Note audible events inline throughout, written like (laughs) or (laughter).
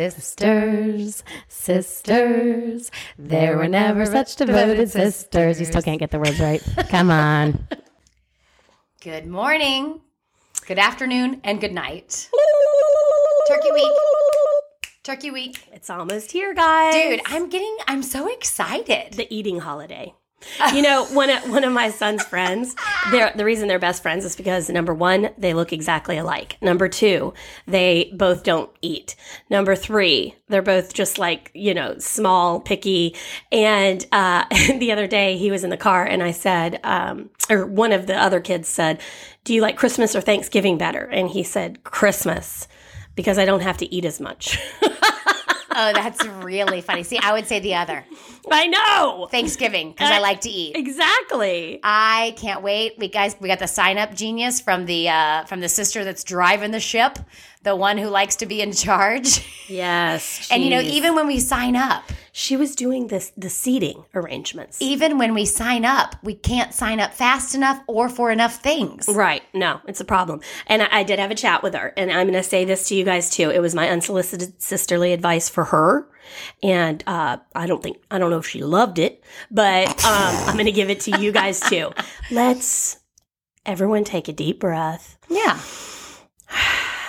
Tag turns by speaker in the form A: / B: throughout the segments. A: Sisters, sisters, there were never such devoted sisters. You still can't get the words right. Come on.
B: Good morning, good afternoon, and good night. Turkey week. Turkey week.
C: It's almost here, guys.
B: Dude, I'm getting, I'm so excited.
C: the eating holiday. You know, one of, one of my son's friends, they're, the reason they're best friends is because number one, they look exactly alike. Number two, they both don't eat. Number three, they're both just like, you know, small, picky. And uh, (laughs) the other day he was in the car and I said, um, or one of the other kids said, Do you like Christmas or Thanksgiving better? And he said, Christmas, because I don't have to eat as much. (laughs)
B: Oh, that's really funny. See, I would say the other
C: I know.
B: Thanksgiving because I like to eat.
C: Exactly.
B: I can't wait. We guys, we got the sign up genius from the uh, from the sister that's driving the ship, the one who likes to be in charge.
C: Yes.
B: And you know,
C: jeez.
B: even when we sign up,
C: she was doing this the seating arrangements.
B: even when we sign up, we can't sign up fast enough or for enough things.
C: Right. No, it's a problem. And I, I did have a chat with her, and I'm going to say this to you guys too. It was my unsolicited sisterly advice for her, and uh, I don't think I don't know if she loved it, but um, I'm going to give it to you guys (laughs) too. Let's everyone take a deep breath.
B: Yeah.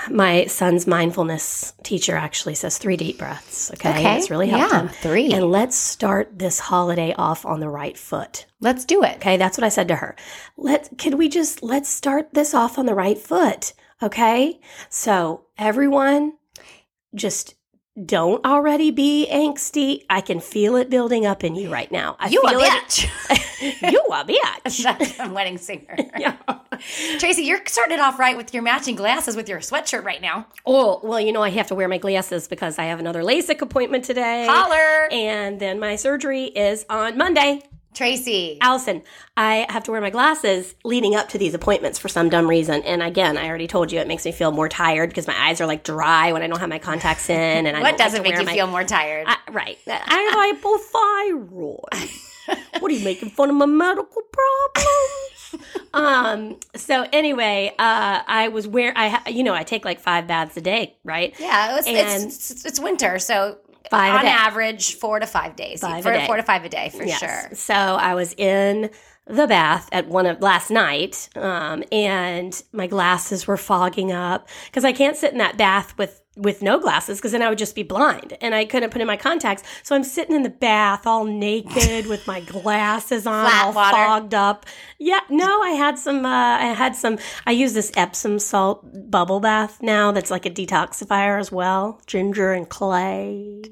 C: My son's mindfulness teacher actually says three deep breaths. Okay, it's really helped
B: yeah,
C: him.
B: Three.
C: And let's start this holiday off on the right foot.
B: Let's do it.
C: Okay, that's what I said to her. Let could we just let's start this off on the right foot, okay? So, everyone just don't already be angsty. I can feel it buildilding up in you right now. I
B: You a (laughs)
C: feel
B: bitch.
C: It. (laughs) you a
B: (laughs)
C: bitch.
B: I'm wedding singer.
C: (laughs) Yeah.
B: Tracy, you're starting off right with your matching glasses with your sweatshirt right now.
C: Oh, well, you know I have to wear my glasses because I have another LASIK appointment today.
B: Holler.
C: And then my surgery is on Monday.
B: Tracy.
C: Allison, I have to wear my glasses leading up to these appointments for some dumb reason. And again, I already told you it makes me feel more tired because my eyes are like dry when I don't have my contacts in. And I
B: What
C: don't like
B: doesn't
C: to
B: make
C: wear
B: you
C: my-
B: feel more tired?
C: (laughs) I,
B: (laughs)
C: right? I have hypothyroid. what are you making fun of my medical problems?
B: (laughs)
C: um. So anyway, uh, I was where I, ha- you know, I take like five baths a day, right?
B: yeah, it's,
C: and-
B: it's, it's, it's winter, so
C: Five a
B: on
C: day.
B: average, four to five days.
C: Five a
B: four,
C: day.
B: four to five a day for sure.
C: So I was in the bath at one of last night, um, and my glasses were fogging up because I can't sit in that bath with with no glasses because then I would just be blind and I couldn't put in my contacts. So I'm sitting in the bath all naked with my glasses on,
B: Flat
C: all
B: water.
C: fogged up. Yeah, no, I had some. Uh, I had some. I use this Epsom salt bubble bath now. That's like a detoxifier as well, ginger
B: (laughs)
C: and clay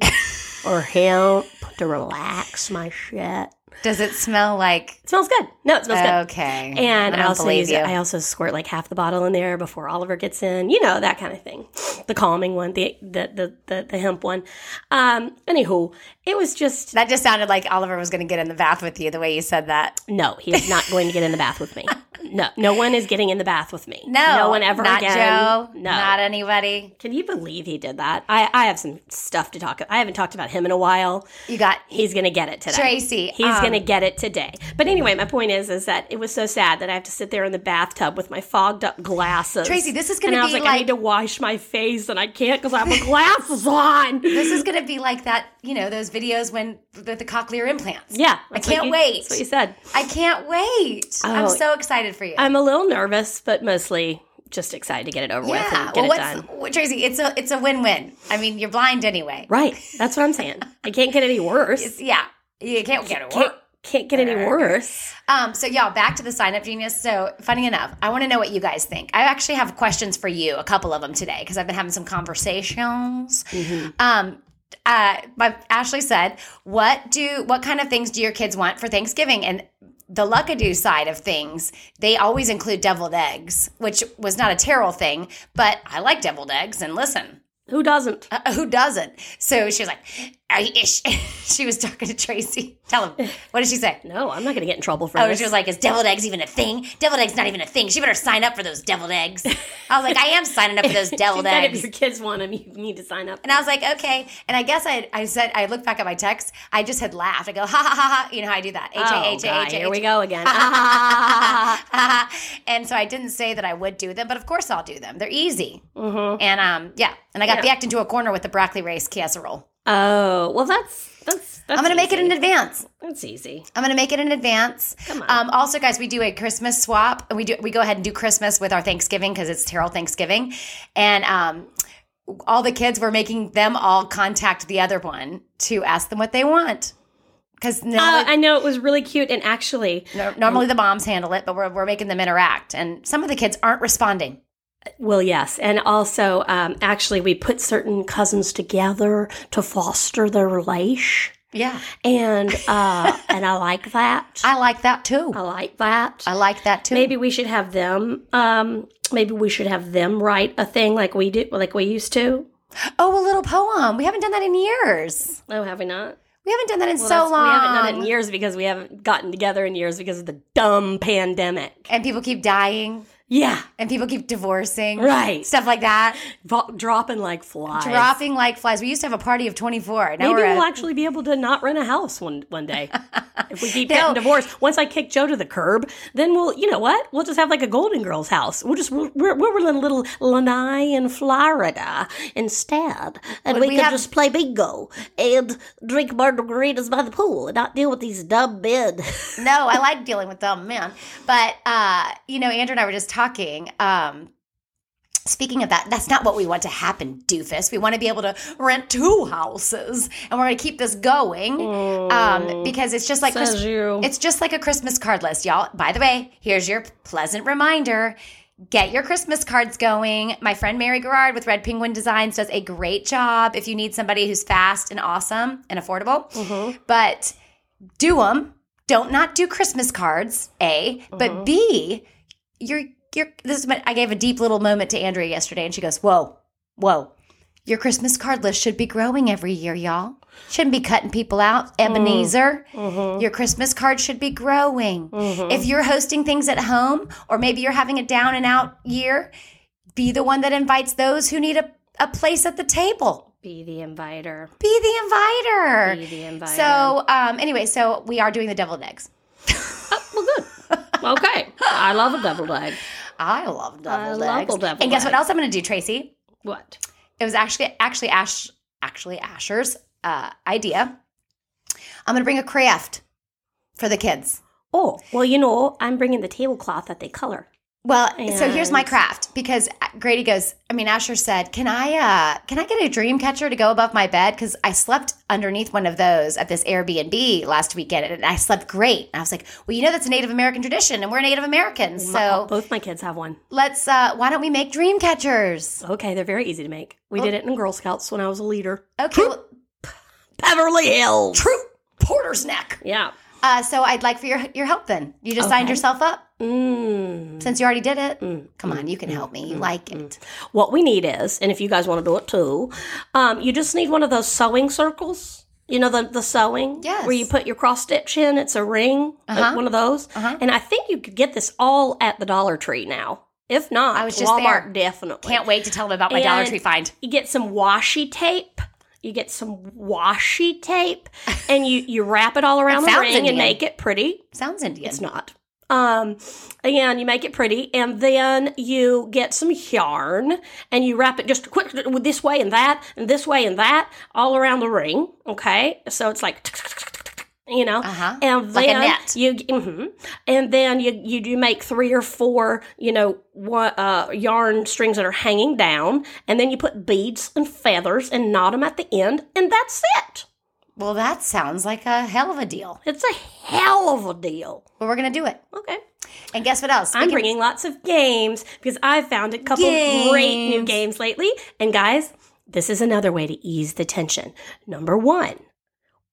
C: or hemp to relax my shit.
B: Does it smell like
C: It smells good. No, it smells good.
B: okay?
C: And
B: I
C: I,
B: don't
C: also
B: believe
C: use
B: you.
C: it. I also squirt like half the bottle in there before Oliver gets in. You know that kind of thing. The calming one, the the the the, the hemp one. Um. Anywho, it was just
B: That just sounded like Oliver was going to get in the bath with you the way you said that.
C: no. He is not going to get in the bath with me. No, no one is getting in the bath with me.
B: No,
C: no one ever
B: Not
C: again.
B: Joe.
C: No,
B: not anybody.
C: can you believe he did that? I I have some stuff to talk. I haven't talked about him in a while.
B: You got
C: He's gonna get it today.
B: Tracy,
C: He's
B: um,
C: gonna get it today. But anyway, my point is, is that it was so sad that I have to sit there in the bathtub with my fogged up glasses.
B: Tracy, this is gonna
C: And I was
B: be
C: like, I
B: like-
C: need to wash my face, and I can't because I have my glasses on.
B: this is going to be like that. You know those videos when with the cochlear implants.
C: yeah,
B: I
C: that's what
B: can't
C: you-
B: wait.
C: That's what you said.
B: I can't wait. I'm
C: Oh.
B: so excited for you.
C: I'm a little nervous, but mostly just excited to get it over with
B: yeah.
C: and get
B: Well,
C: it
B: what's
C: done.
B: what, Tracy? It's a it's a win win. I mean, you're blind anyway.
C: Right, that's what I'm saying. I can't get any worse.
B: It's, yeah. You can't get it.
C: Can't, can't get any worse.
B: Um, so y'all back to the sign up genius. So funny enough, I want to know what you guys think. I actually have questions for you, a couple of them today, because I've been having some conversations. Um, uh, my, Ashley said, "What do what kind of things do your kids want for Thanksgiving?" And the Luckadoo side of things, they always include deviled eggs, which was not a terrible thing, but I like deviled eggs. And listen,
C: Who doesn't?
B: uh, who doesn't? So she was like, I, ish. (laughs) she was talking to Tracy. Tell him. What did she say?
C: No, I'm not going to get in trouble for
B: Oh,
C: this.
B: she was like, "Is deviled eggs even a thing? Deviled eggs not even a thing. She better sign up for those deviled eggs." I was like, "I am signing up for those
C: (laughs) She
B: deviled
C: said
B: eggs."
C: if your kids want them, you need to sign up.
B: And I was like, okay. And I guess I, I said, I looked back at my text. I just had laughed. I go, ha ha ha ha. You know how I do that. H
C: oh,
B: A H A
C: God,
B: H A. (laughs)
C: here we go again. (laughs)
B: And so I didn't say that I would do them, but of course I'll do them. They're easy.
C: Mhm.
B: And um, yeah. And I got
C: Yeah.
B: backed into a corner with the broccoli rice casserole.
C: Oh, well, that's that's. that's
B: I'm going to make it
C: easy.
B: in advance.
C: That's easy.
B: I'm gonna make it in advance.
C: Come on.
B: Um, also, guys, we do a Christmas swap. We do we go ahead and do Christmas with our Thanksgiving because it's Terrell Thanksgiving, and um, all the kids were making them all contact the other one to ask them what they want because
C: Oh, I know it was really cute, and actually,
B: normally the moms handle it, but we're we're making them interact, and some of the kids aren't responding.
C: well, yes, and also, um, actually, we put certain cousins together to foster their relation,
B: Yeah,
C: and uh, and I like that.
B: (laughs)
C: I,
B: I like that too.
C: like that.
B: I like that too.
C: Oh. maybe we should have them. Um, maybe we should have them write a thing like we do, like we used to.
B: Oh, a little poem. We haven't done that in years.
C: Oh, have we not?
B: We haven't done that in
C: Well,
B: so
C: that's-
B: long.
C: We haven't done it in years because we haven't gotten together in years because of the dumb pandemic.
B: And people keep dying,
C: Yeah,
B: and people keep divorcing,
C: Right.
B: Stuff like that.
C: vo- dropping like flies.
B: dropping like flies. We used to have a party of 24. Now
C: Maybe
B: we're
C: we'll
B: at-
C: actually be able to not rent a house one one (laughs) day if we keep
B: No.
C: getting divorced. Once I kick Joe to the curb, then we'll, you know what? We'll just have like a Golden Girls house. We'll just we're we're, we're in little Lanai in Florida instead, and
B: Would
C: we,
B: we
C: can
B: have-
C: just play bingo and drink margaritas by the pool and not deal with these dumb (laughs) men.
B: no, I like dealing with dumb men. But uh, you know, Andrew and I were just talking. Um, speaking of that, that's not what we want to happen, doofus. We want to be able to rent two houses, and we're going to keep this going um,
C: Oh,
B: because it's just like Christ-
C: you.
B: it's just like a Christmas card list, y'all. By the way, here's your pleasant reminder. Get your Christmas cards going. My friend Mary Gerard with Red Penguin Designs does a great job if you need somebody who's fast and awesome and affordable. But do them. Don't not do Christmas cards, A. But B, you're, you're, this is my, I gave a deep little moment to Andrea yesterday and she goes, Whoa, whoa. Your Christmas card list should be growing every year, y'all. Shouldn't be cutting people out. Ebenezer,
C: Mm-hmm.
B: your Christmas card should be growing. If you're hosting things at home, or maybe you're having a down and out year, be the one that invites those who need a, a place at the table.
C: Be the inviter.
B: Be the inviter.
C: Be the inviter. (laughs)
B: So, um, anyway, so we are doing the deviled eggs.
C: well, good. Okay, I love a double egg.
B: I love deviled
C: love
B: eggs.
C: deviled
B: and guess what
C: eggs.
B: else I'm going to do, Tracy?
C: What?
B: it was actually actually Ash actually Asher's uh, idea. I'm gonna bring a craft for the kids.
C: Oh, well, you know, I'm bringing the tablecloth that they color.
B: Well, so here's my
C: And-
B: craft because uh, Grady goes. I mean, Asher said, "Can I uh, can I get a dream catcher to go above my bed? Because I slept underneath one of those at this Airbnb last weekend, and I slept great." And I was like, "Well, you know that's a Native American tradition, and we're Native Americans,
C: My-
B: so
C: both my kids have one.
B: let's uh, why don't we make dream catchers?"
C: Okay, they're very easy to make. We
B: Oh.
C: did it in Girl Scouts when I was a leader.
B: Okay, well,
C: Beverly Hills.
B: true Porter's neck.
C: Yeah.
B: Uh, so I'd like for your your help then. You just signed
C: Okay.
B: yourself up.
C: Mm.
B: Since you already did it, come on, you can help me. You like it.
C: What we need is, and if you guys want to do it too, um, you just need one of those sewing circles. You know the the sewing,
B: Yes.
C: where you put your cross stitch in. It's a ring, like
B: Uh-huh.
C: one of those.
B: Uh-huh.
C: And I think you could get this all at the Dollar Tree now. If not,
B: I was just
C: Walmart
B: there.
C: definitely
B: Can't wait to tell them about my Dollar
C: And-
B: Tree find.
C: you get some washi tape. You get some washi tape, and you you wrap it all around
B: That
C: the
B: sounds
C: ring
B: Indian.
C: and make it pretty.
B: Sounds Indian.
C: It's not. Um, and you make it pretty, and then you get some yarn and you wrap it just quick with this way and that, and this way and that, all around the ring. Okay, so it's like. You know,
B: Uh-huh.
C: and
B: Like a
C: then
B: net.
C: you, mhm. and then you you do make three or four, you know, one, uh, yarn strings that are hanging down, and then you put beads and feathers and knot them at the end, and that's it.
B: well, that sounds like a hell of a deal.
C: It's a hell of a deal.
B: But we're gonna do it.
C: Okay.
B: And guess what else?
C: I'm
B: Speaking-
C: bringing lots of games because I've found a couple great new
B: Games.
C: games lately. And guys, this is another way to ease the tension. Number one,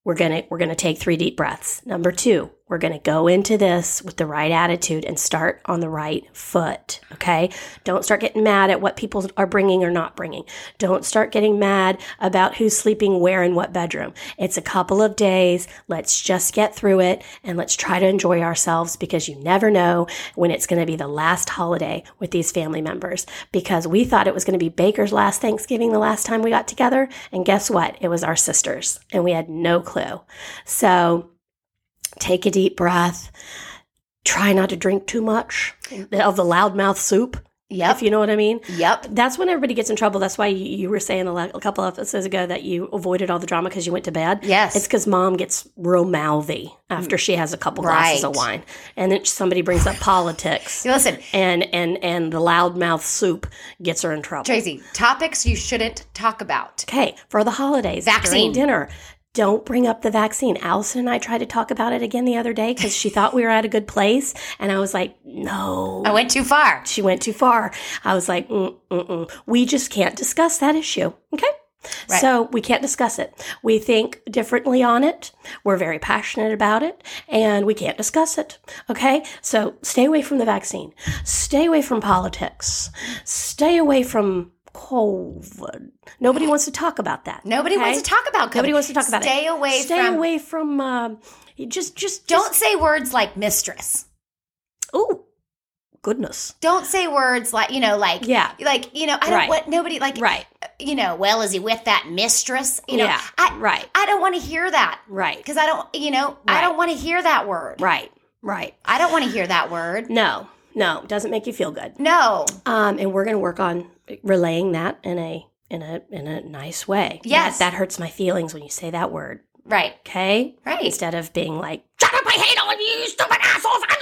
C: we're gonna we're gonna take three deep breaths. Number two, We're going to go into this with the right attitude and start on the right foot. Okay. Don't start getting mad at what people are bringing or not bringing. Don't start getting mad about who's sleeping where in what bedroom. It's a couple of days. Let's just get through it and let's try to enjoy ourselves because you never know when it's going to be the last holiday with these family members. Because we thought it was going to be Baker's last Thanksgiving the last time we got together. And guess what? It was our sister's and we had no clue. So, take a deep breath. Try not to drink too much of the loudmouth soup,
B: Yep.
C: if you know what I mean.
B: yep.
C: That's when everybody gets in trouble. That's why you, you were saying a, lot, a couple episodes ago that you avoided all the drama because you went to bed.
B: Yes. Mm.
C: It's because mom gets real mouthy after she has a couple glasses
B: Right.
C: of wine. And then somebody brings up
B: (laughs)
C: politics.
B: See, Listen,
C: And, and, and the loudmouth soup gets her in trouble.
B: Tracy, topics you shouldn't talk about.
C: Okay, for the holidays,
B: Vaccine.
C: during dinner. Don't bring up the vaccine. Allison and I tried to talk about it again the other day because she thought we were at a good place, and I was like, "No,
B: I went too far.
C: she went too far." I was like, mm, mm, mm. "We just can't discuss that issue." Okay,
B: Right.
C: so we can't discuss it. We think differently on it. We're very passionate about it, and we can't discuss it. Okay, so stay away from the vaccine. Stay away from politics. Stay away from COVID. Nobody wants to talk about that.
B: Nobody
C: okay?
B: wants to talk about COVID.
C: Nobody wants to talk about
B: Stay
C: it.
B: away
C: Stay
B: from.
C: away from. Um, you just, just
B: Don't
C: Just,
B: say words like mistress.
C: oh, goodness.
B: Don't say words like, you know, like,
C: Yeah.
B: Like, you know, I don't
C: Right.
B: want nobody, like,
C: Right.
B: you know, well, is he with that mistress? You know,
C: Yeah,
B: I,
C: right.
B: I don't want to hear that
C: Right.
B: because I don't, you know, I
C: Right.
B: don't want to hear that word.
C: Right. Right.
B: I don't want to hear that word.
C: No. No. Doesn't make you feel good.
B: No.
C: Um, and we're going to work on relaying that in a in a in a nice way.
B: Yes.
C: that, that hurts my feelings when you say that word.
B: Right.
C: Okay,
B: Right.
C: instead of being like, "Shut up! I hate all of you, you stupid assholes! I'm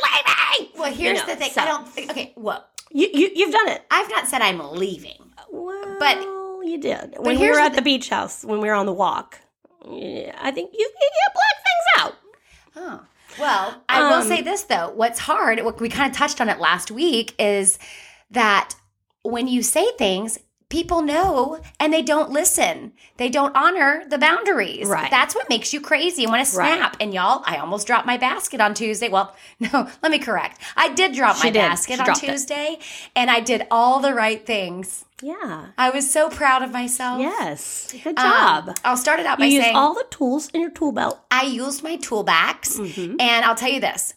C: leaving."
B: Well, here's
C: know,
B: the thing.
C: so-
B: I don't think, okay, whoa.
C: You, you you've done it.
B: I've not said I'm leaving.
C: Well,
B: But-
C: you did when we
B: here's
C: were
B: the
C: at
B: thi-
C: the beach house when we were on the walk. Yeah, I think you you, you black things out.
B: Oh. Well, I will
C: Um,
B: say this though. What's hard, what we kind of touched on it last week, is that when you say things, people know and they don't listen. They don't honor the boundaries.
C: Right.
B: That's what makes you crazy and want to
C: Right.
B: snap. And y'all, I almost dropped my basket on Tuesday. Well, (laughs) no, let me correct. I did drop
C: She
B: my
C: did.
B: basket
C: She
B: on
C: dropped it.
B: Tuesday and I did all the right things.
C: Yeah.
B: I was so proud of myself.
C: Yes. Good
B: Oh. Um,
C: job.
B: I'll start it out by
C: you use
B: saying
C: all the tools in your tool belt.
B: I used my tool box,
C: Mm-hmm.
B: and I'll tell you this.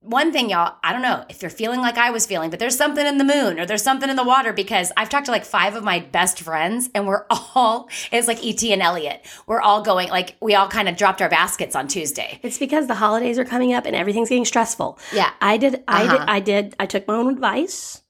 B: One thing, y'all, I don't know if you're feeling like I was feeling, but there's something in the moon or there's something in the water because I've talked to like five of my best friends and we're (laughs) all, it's like E.T. and Elliot. We're all going, like, we all kind of dropped our baskets on Tuesday.
C: It's because the holidays are coming up and everything's getting stressful.
B: Yeah.
C: I did I
B: Uh-huh.
C: did I did I took my own advice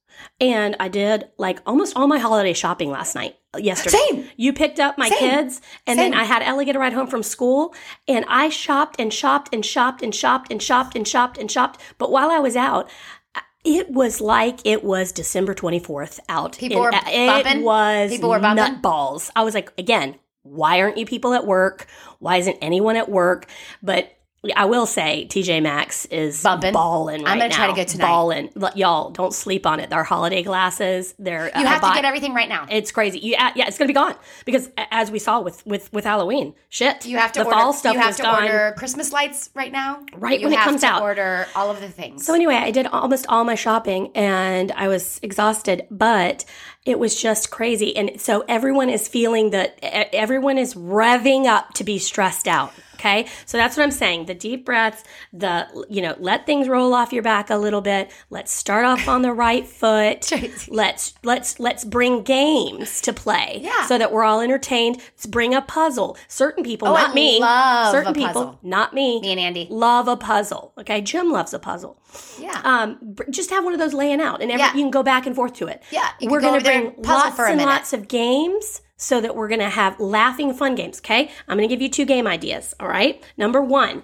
C: and I did like almost all my holiday shopping last night uh, yesterday.
B: Same.
C: You picked up my
B: Same.
C: kids and
B: Same.
C: then I had Ellie get a ride home from school and I shopped and shopped and shopped and shopped and shopped and shopped and shopped. But while I was out, uh, it was like it was December 24th out.
B: People were
C: it,
B: bumping?
C: It was
B: People were bumping?
C: nut balls. I was like, again, why aren't you people at work? Why isn't anyone at work? But I will say, TJ Maxx is
B: Bumping.
C: balling right
B: I'm gonna
C: now.
B: try to go tonight.
C: Balling, L- y'all. Don't sleep on it. Their holiday glasses. They're
B: You have to get everything right now.
C: It's crazy. You, yeah, it's gonna be gone because a- as we saw with with with Halloween, shit.
B: You have to
C: the
B: order,
C: fall stuff
B: you have
C: was
B: to
C: gone.
B: order Christmas lights right now.
C: Right
B: you
C: when it
B: have
C: comes
B: to
C: out.
B: order all of the things.
C: So anyway, I did almost all my shopping and I was exhausted, but it was just crazy. And so everyone is feeling that e- everyone is revving up to be stressed out. Okay. So that's what I'm saying. The deep breaths, the, you know, let things roll off your back a little bit. Let's start off on the right
B: (laughs)
C: foot. let's, let's, let's bring games to play
B: Yeah.
C: so that we're all entertained. Let's bring a puzzle. Certain people,
B: Oh,
C: not
B: I
C: me.
B: love
C: certain
B: a
C: people,
B: puzzle.
C: not me.
B: Me and Andy.
C: Love a puzzle. Okay. Jim loves a puzzle
B: yeah.
C: um, br- just have one of those laying out, and every,
B: Yeah.
C: you can go back and forth to it.
B: Yeah, you can
C: we're
B: go
C: going
B: over
C: to
B: there and
C: bring
B: puzzle
C: lots
B: for a
C: and
B: minute.
C: lots of games so that we're going to have laughing, fun games. Okay, I'm going to give you two game ideas. All right, number one,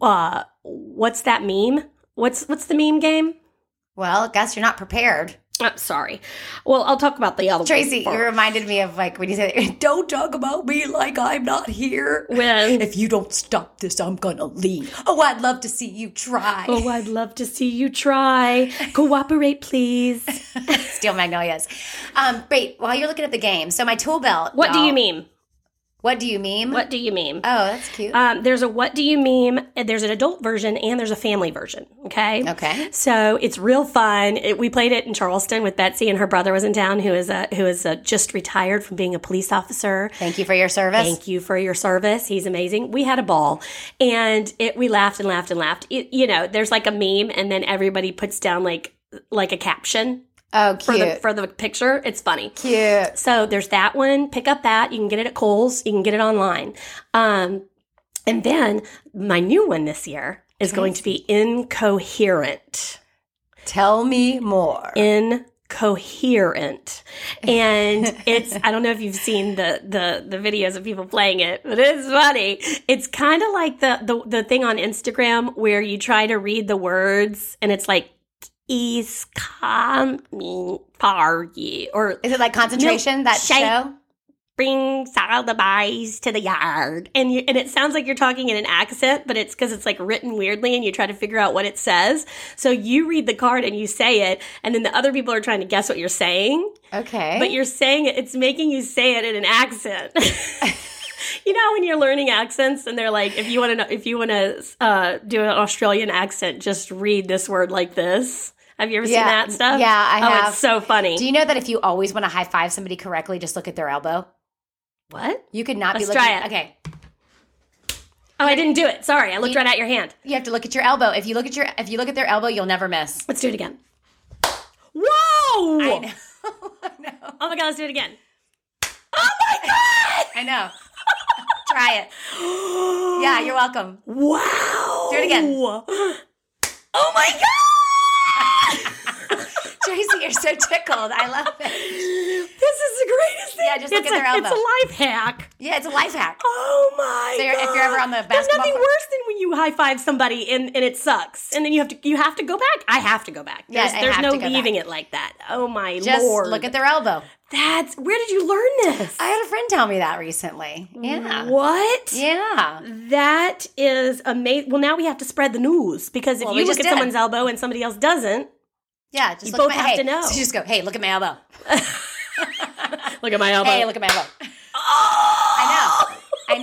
C: uh, what's that meme? What's what's the meme game?
B: well, guess you're not prepared.
C: Uh, sorry. Well, I'll talk about the other
B: Tracy,
C: one.
B: you reminded me of like when you said, "Don't talk about me like I'm not here." (laughs)
C: When,
B: If you don't stop this, I'm gonna leave. Oh, I'd love to see you try.
C: oh, I'd love to see you try. Cooperate, please.
B: (laughs) Steel magnolias. Um, wait, while you're looking at the game, so my tool belt.
C: What do
B: y'all-
C: you mean?
B: What do you meme?
C: What do you meme?
B: Oh, that's cute.
C: Um, there's a what do you meme? and There's an adult version and there's a family version. Okay.
B: Okay.
C: So it's real fun. It, we played it in Charleston with Betsy, and her brother was in town, who is a who is a, just retired from being a police officer.
B: Thank you for your service.
C: Thank you for your service. He's amazing. We had a ball, and it, we laughed and laughed and laughed. It, you know, there's like a meme, and then everybody puts down like like a caption
B: oh,
C: for
B: cute.
C: the for the picture. It's funny.
B: cute.
C: So there's that one. Pick up that. You can get it at Kohl's. You can get it online. Um, and then my new one this year is going to be incoherent.
B: Tell me more.
C: Incoherent.
B: (laughs)
C: And it's I don't know if you've seen the the the videos of people playing it, but it's funny. It's kind of like the, the the thing on Instagram where you try to read the words and it's like is coming for you or
B: Is it like concentration? that
C: shape.
B: show?
C: brings lullabies to the yard. And you, and it sounds like you're talking in an accent, but it's because it's like written weirdly and you try to figure out what it says. So you read the card and you say it, and then the other people are trying to guess what you're saying,
B: Okay.
C: but you're saying it, it's making you say it in an accent. (laughs) You know when you're learning accents, and they're like, if you want to know, if you want to uh, do an Australian accent, just read this word like this. Have you ever
B: Yeah.
C: seen that stuff?
B: Yeah, I
C: oh,
B: have.
C: it's so funny.
B: do you know that if you always want to high five somebody correctly, just look at their elbow?
C: what?
B: You could not be
C: Let's
B: looking.
C: try it.
B: Okay.
C: Oh, I didn't do it. Sorry, I looked right at your hand.
B: You have to look at your elbow. If you look at your if you look at their elbow, you'll never miss.
C: Let's do it again. Whoa!
B: I know. (laughs) I know.
C: Oh my god, let's do it again.
B: I know. Try it. (gasps) Yeah, you're welcome.
C: Wow!
B: Do it again.
C: (gasps) Oh my god!
B: Tracy, you're so tickled. I love it.
C: this is the greatest thing.
B: Yeah, just look
C: it's
B: at their
C: a,
B: elbow.
C: It's a life hack.
B: Yeah, it's a life hack.
C: Oh my!
B: So you're- if you're ever on the
C: there's
B: basketball
C: nothing
B: court-
C: worse than when you high five somebody and, and it sucks, and then you have to you have to go back. I have to go back.
B: Yeah,
C: There's,
B: I
C: there's
B: have
C: no
B: to go
C: leaving it like that. Oh my
B: Just
C: lord!
B: look at their elbow.
C: that's where did you learn this?
B: I had a friend tell me that recently. Yeah.
C: What?
B: Yeah.
C: That is amazing. Well, now we have to spread the news because if
B: Well, we
C: you look
B: just
C: at
B: did.
C: someone's elbow and somebody else doesn't,
B: Yeah. Just
C: You
B: look at
C: both
B: my-
C: have
B: hey.
C: to know.
B: So you just go, hey, look at my elbow.
C: look at my elbow.
B: Hey, Oh! look at my elbow. I know. I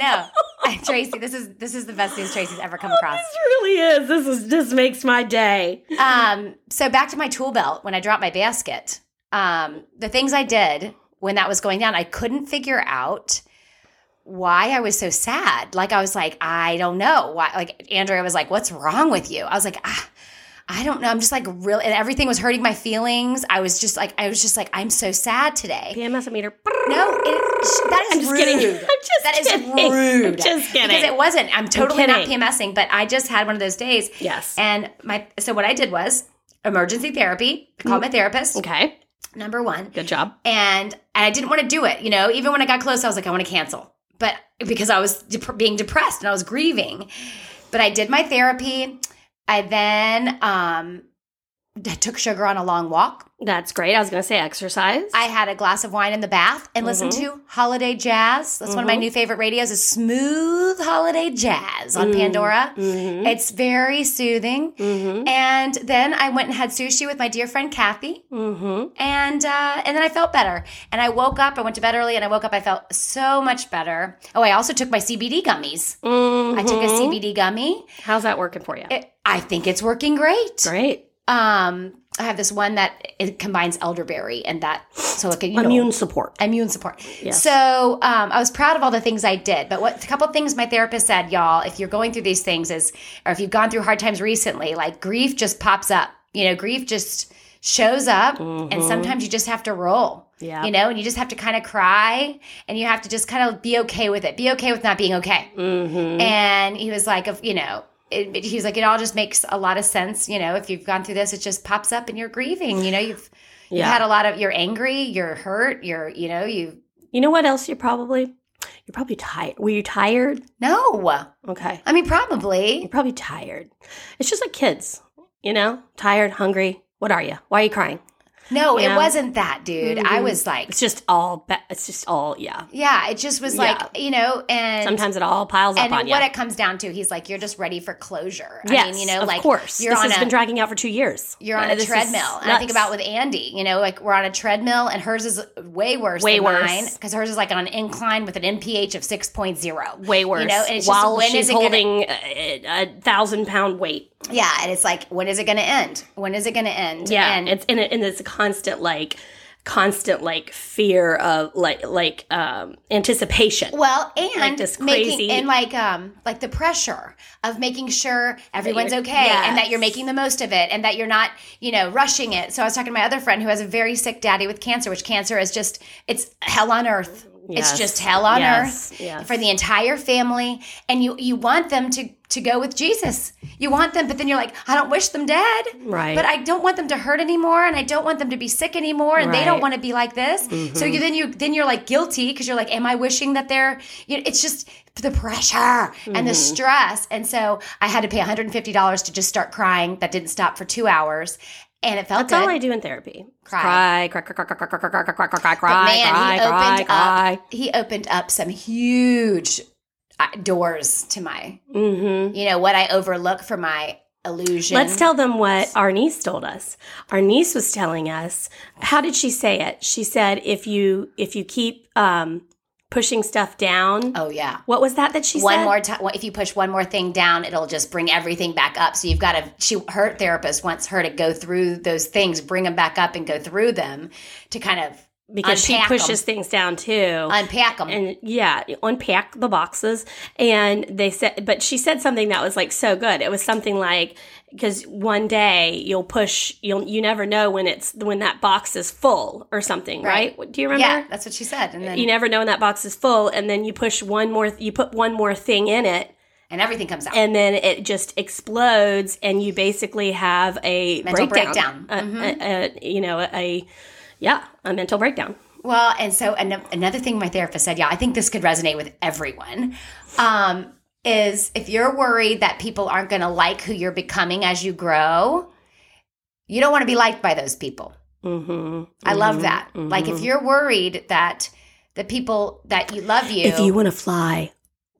B: know. (laughs) Tracy, this is this is the best news Tracy's ever come across.
C: This really is. This is. This makes my day.
B: Um, so back to my tool belt when I dropped my basket. Um, the things I did when that was going down, I couldn't figure out why I was so sad. Like I was like, I don't know why. Like Andrea was like, "What's wrong with you?" I was like, ah, I don't know. I'm just like really, and everything was hurting my feelings. I was just like, I was just like, I'm so sad today.
C: PMS meter.
B: No, it, sh- that is
C: I'm just
B: rude.
C: kidding. (laughs) I'm just
B: That is
C: kidding.
B: rude.
C: (laughs) I'm just kidding.
B: Because it wasn't. I'm totally not
C: kidding.
B: PMSing, but I just had one of those days.
C: Yes.
B: And my so what I did was emergency therapy. I called my therapist.
C: Okay.
B: Number one.
C: Good job.
B: And and I didn't want to do it. You know, even when I got close, I was like, I want to cancel, but because I was dep- being depressed and I was grieving. But I did my therapy. I then um, I took sugar on a long walk.
C: That's great. I was going to say exercise.
B: I had a glass of wine in the bath and listened to holiday jazz. That's one of my new favorite radios is smooth holiday jazz on Pandora. It's very soothing.
C: Mm-hmm,
B: And then I went and had sushi with my dear friend Kathy,
C: Mm-hmm.
B: and uh, and then I felt better. And I woke up. I went to bed early, and I woke up. I felt so much better. Oh, I also took my CBD gummies. I took a
C: mm-hmm.
B: CBD gummy.
C: How's that working for you?
B: It, I think it's working great.
C: great.
B: Um, I have this one that it combines elderberry and that, so it can you know,
C: Immune support.
B: immune support. So um, I was proud of all the things I did. But what a couple things my therapist said, y'all, if you're going through these things is, or if you've gone through hard times recently, like grief just pops up. You know, grief just shows up, and sometimes you just have to roll.
C: Yeah.
B: You know, and you just have to kind of cry, and you have to just kind of be okay with it. Be okay with not being okay. And he was like, if- you know. It, it- he was like, it all just makes a lot of sense, you know. If you've gone through this, it just pops up, and you're grieving. You know, you've you've
C: Yeah.
B: had a lot of you're angry, you're hurt, you're you know you
C: You know what else? You probably. You're probably tired. Were you tired?
B: No.
C: Okay.
B: I mean, probably.
C: You're probably tired. It's just like kids, you know, tired, hungry. What are you? Why are you crying?
B: No,
C: You
B: it
C: know?
B: wasn't that, dude.
C: Mm-hmm.
B: I was like,
C: It's just all. Ba- it's just all. Yeah.
B: yeah, it just was like, you know, and
C: Sometimes it all piles
B: and
C: up on
B: what
C: you.
B: it comes down to, he's like, you're just ready for closure.
C: yes,
B: I mean, you know,
C: of
B: like
C: course.
B: you're
C: this
B: on
C: has
B: a
C: been dragging out for two years.
B: you're on
C: Uh,
B: a
C: this is
B: treadmill. And I think
C: nuts.
B: about with Andy, you know, like we're on a treadmill and hers is way worse
C: Way
B: than
C: worse.
B: mine because hers is like on an incline with an MPH of 6.0.
C: way worse.
B: You know, and it's
C: while
B: just when
C: she's
B: is it gonna-
C: holding a, a thousand pound weight.
B: Yeah, and it's like, when is it going to end? When is it going to end? And
C: and it's and, it, and it's a constant like, constant like fear of like like um anticipation.
B: Well, and
C: this crazy-
B: making and like um like the pressure of making sure everyone's
C: you're-
B: okay
C: yes.
B: and that you're making the most of it and that you're not, you know, rushing it. So I was talking to my other friend who has a very sick daddy with cancer, which cancer is just it's hell on earth.
C: Yes.
B: It's just hell on
C: Yes.
B: earth
C: Yes.
B: for the entire family and you you want them to to go with Jesus. You want them, but then you're like, I don't wish them dead.
C: Right.
B: But I don't want them to hurt anymore and I don't want them to be sick anymore and they
C: Right.
B: don't want to be like this. So
C: Mm-hmm.
B: you then you then you're like guilty because you're like, am I wishing that they're? You know, it's just the pressure and the
C: Mm-hmm.
B: stress. And so I had to pay $150 to just start crying. That didn't stop for two hours, and it felt
C: That's all
B: good.
C: I do in therapy.
B: Cry.
C: cry, cry, cry, cry, cry, cry, cry, cry, cry, cry, cry,
B: But man,
C: cry,
B: he
C: cry,
B: opened
C: cry.
B: up. He opened up some huge uh, doors to my,
C: Mm-hmm.
B: you know, what I overlook for my illusion.
C: Let's tell them what our niece told us. Our niece was telling us. How did she say it? She said, "If you if you keep um, pushing stuff down,
B: Oh yeah.
C: what was that that she
B: one
C: said?
B: more time if you push one more thing down it'll just bring everything back up so you've got to she her therapist wants her to go through those things bring them back up and go through them to kind of
C: because she
B: Unpack 'em.
C: pushes things down too.
B: unpack them
C: and yeah, unpack the boxes. And they said, but she said something that was like so good. It was something like, because one day you'll push, you'll you never know when it's when that box is full or something, right?
B: Right.
C: Do you remember?
B: yeah that's what she said and then
C: You never know when that box is full, and then you push one more, you put one more thing in it,
B: and everything comes out
C: and then it just explodes, and you basically have a
B: Mental
C: breakdown,
B: breakdown. Mm-hmm.
C: A- a- a- you know, a yeah, a mental breakdown.
B: well and so an- another thing my therapist said yeah i think this could resonate with everyone um, is if you're worried that people aren't going to like who you're becoming as you grow you don't want to be liked by those people
C: Mm-hmm.
B: I love that. Like if you're worried that the people that you love you,
C: Mm-hmm. If you want to fly,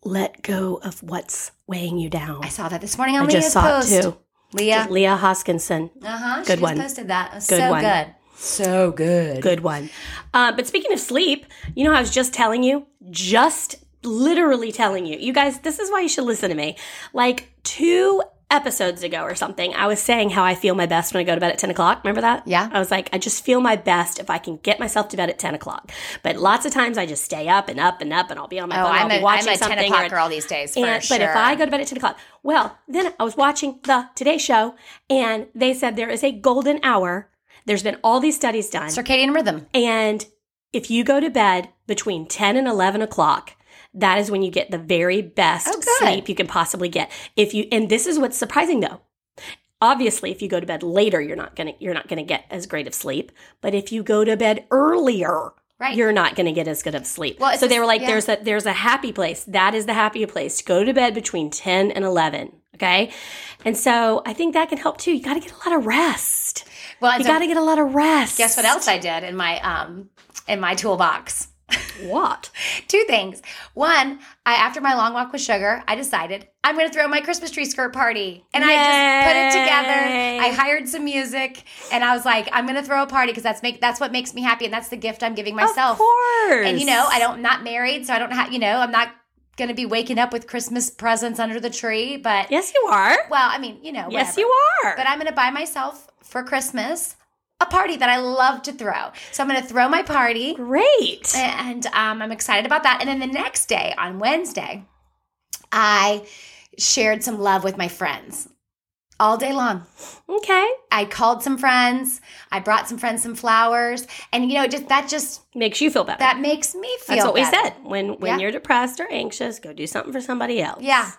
C: let go of what's weighing you down.
B: I saw that this morning on
C: I
B: Leah's
C: just saw
B: post.
C: it too.
B: Leah,
C: Leah Hoskinson.
B: uh huh. She
C: Good
B: just
C: one.
B: posted that. It was
C: Good
B: so
C: one.
B: good. So good.
C: Good one. Uh, but speaking of sleep, you know, I was just telling you, just literally telling you, you guys, this is why you should listen to me. Like two episodes ago or something, I was saying how I feel my best when I go to bed at 10 o'clock. Remember that?
B: Yeah.
C: I was like, I just feel my best if I can get myself to bed at 10 o'clock. But lots of times I just stay up and up and up and I'll be on my
B: Oh,
C: phone. I'll
B: I'm
C: be
B: a,
C: watching
B: I'm a
C: something
B: 10 o'clock
C: or-
B: girl these days. For
C: And,
B: sure.
C: But if I go to bed at 10 o'clock, well, then I was watching the Today Show and they said there is a golden hour. There's been all these studies done.
B: circadian rhythm,
C: And if you go to bed between 10 and 11 o'clock, that is when you get the very best
B: Oh, good.
C: sleep you can possibly get. If you, and this is what's surprising though. Obviously, if you go to bed later, you're not gonna you're not gonna get as great of sleep. But if you go to bed earlier,
B: right?
C: you're not going to get as good of sleep.
B: Well, it's
C: so they
B: just-
C: were like,
B: yeah.
C: "There's a there's a happy place. That is the happy place. Go to bed between ten and eleven. Okay, and so I think that can help too. You got to get a lot of rest.
B: well, and
C: You
B: so
C: got to get a lot of rest.
B: guess what else I did in my um in my toolbox?
C: What?
B: Two things. One, I after my long walk with sugar, I decided I'm going to throw my Christmas tree skirt party, and I just put it
C: Yay.
B: together. I hired some music, and I was like, I'm going to throw a party because that's make that's what makes me happy, and that's the gift I'm giving myself.
C: Of course.
B: And you know, I don't not married, so I don't have you know, I'm not going to be waking up with Christmas presents under the tree. But
C: Yes, you are.
B: well, I mean, you know,
C: Yes,
B: whatever.
C: you are.
B: But I'm going to buy myself for Christmas a party that I love to throw. So I'm going to throw my party.
C: Great.
B: And um, I'm excited about that. And then the next day, on Wednesday, I shared some love with my friends all day long.
C: Okay.
B: I called some friends. I brought some friends some flowers, and you know, just that just
C: Makes you feel better.
B: that makes me feel.
C: That's what we
B: better.
C: said. When when
B: Yeah.
C: you're depressed or anxious, go do something for somebody else.
B: Yeah,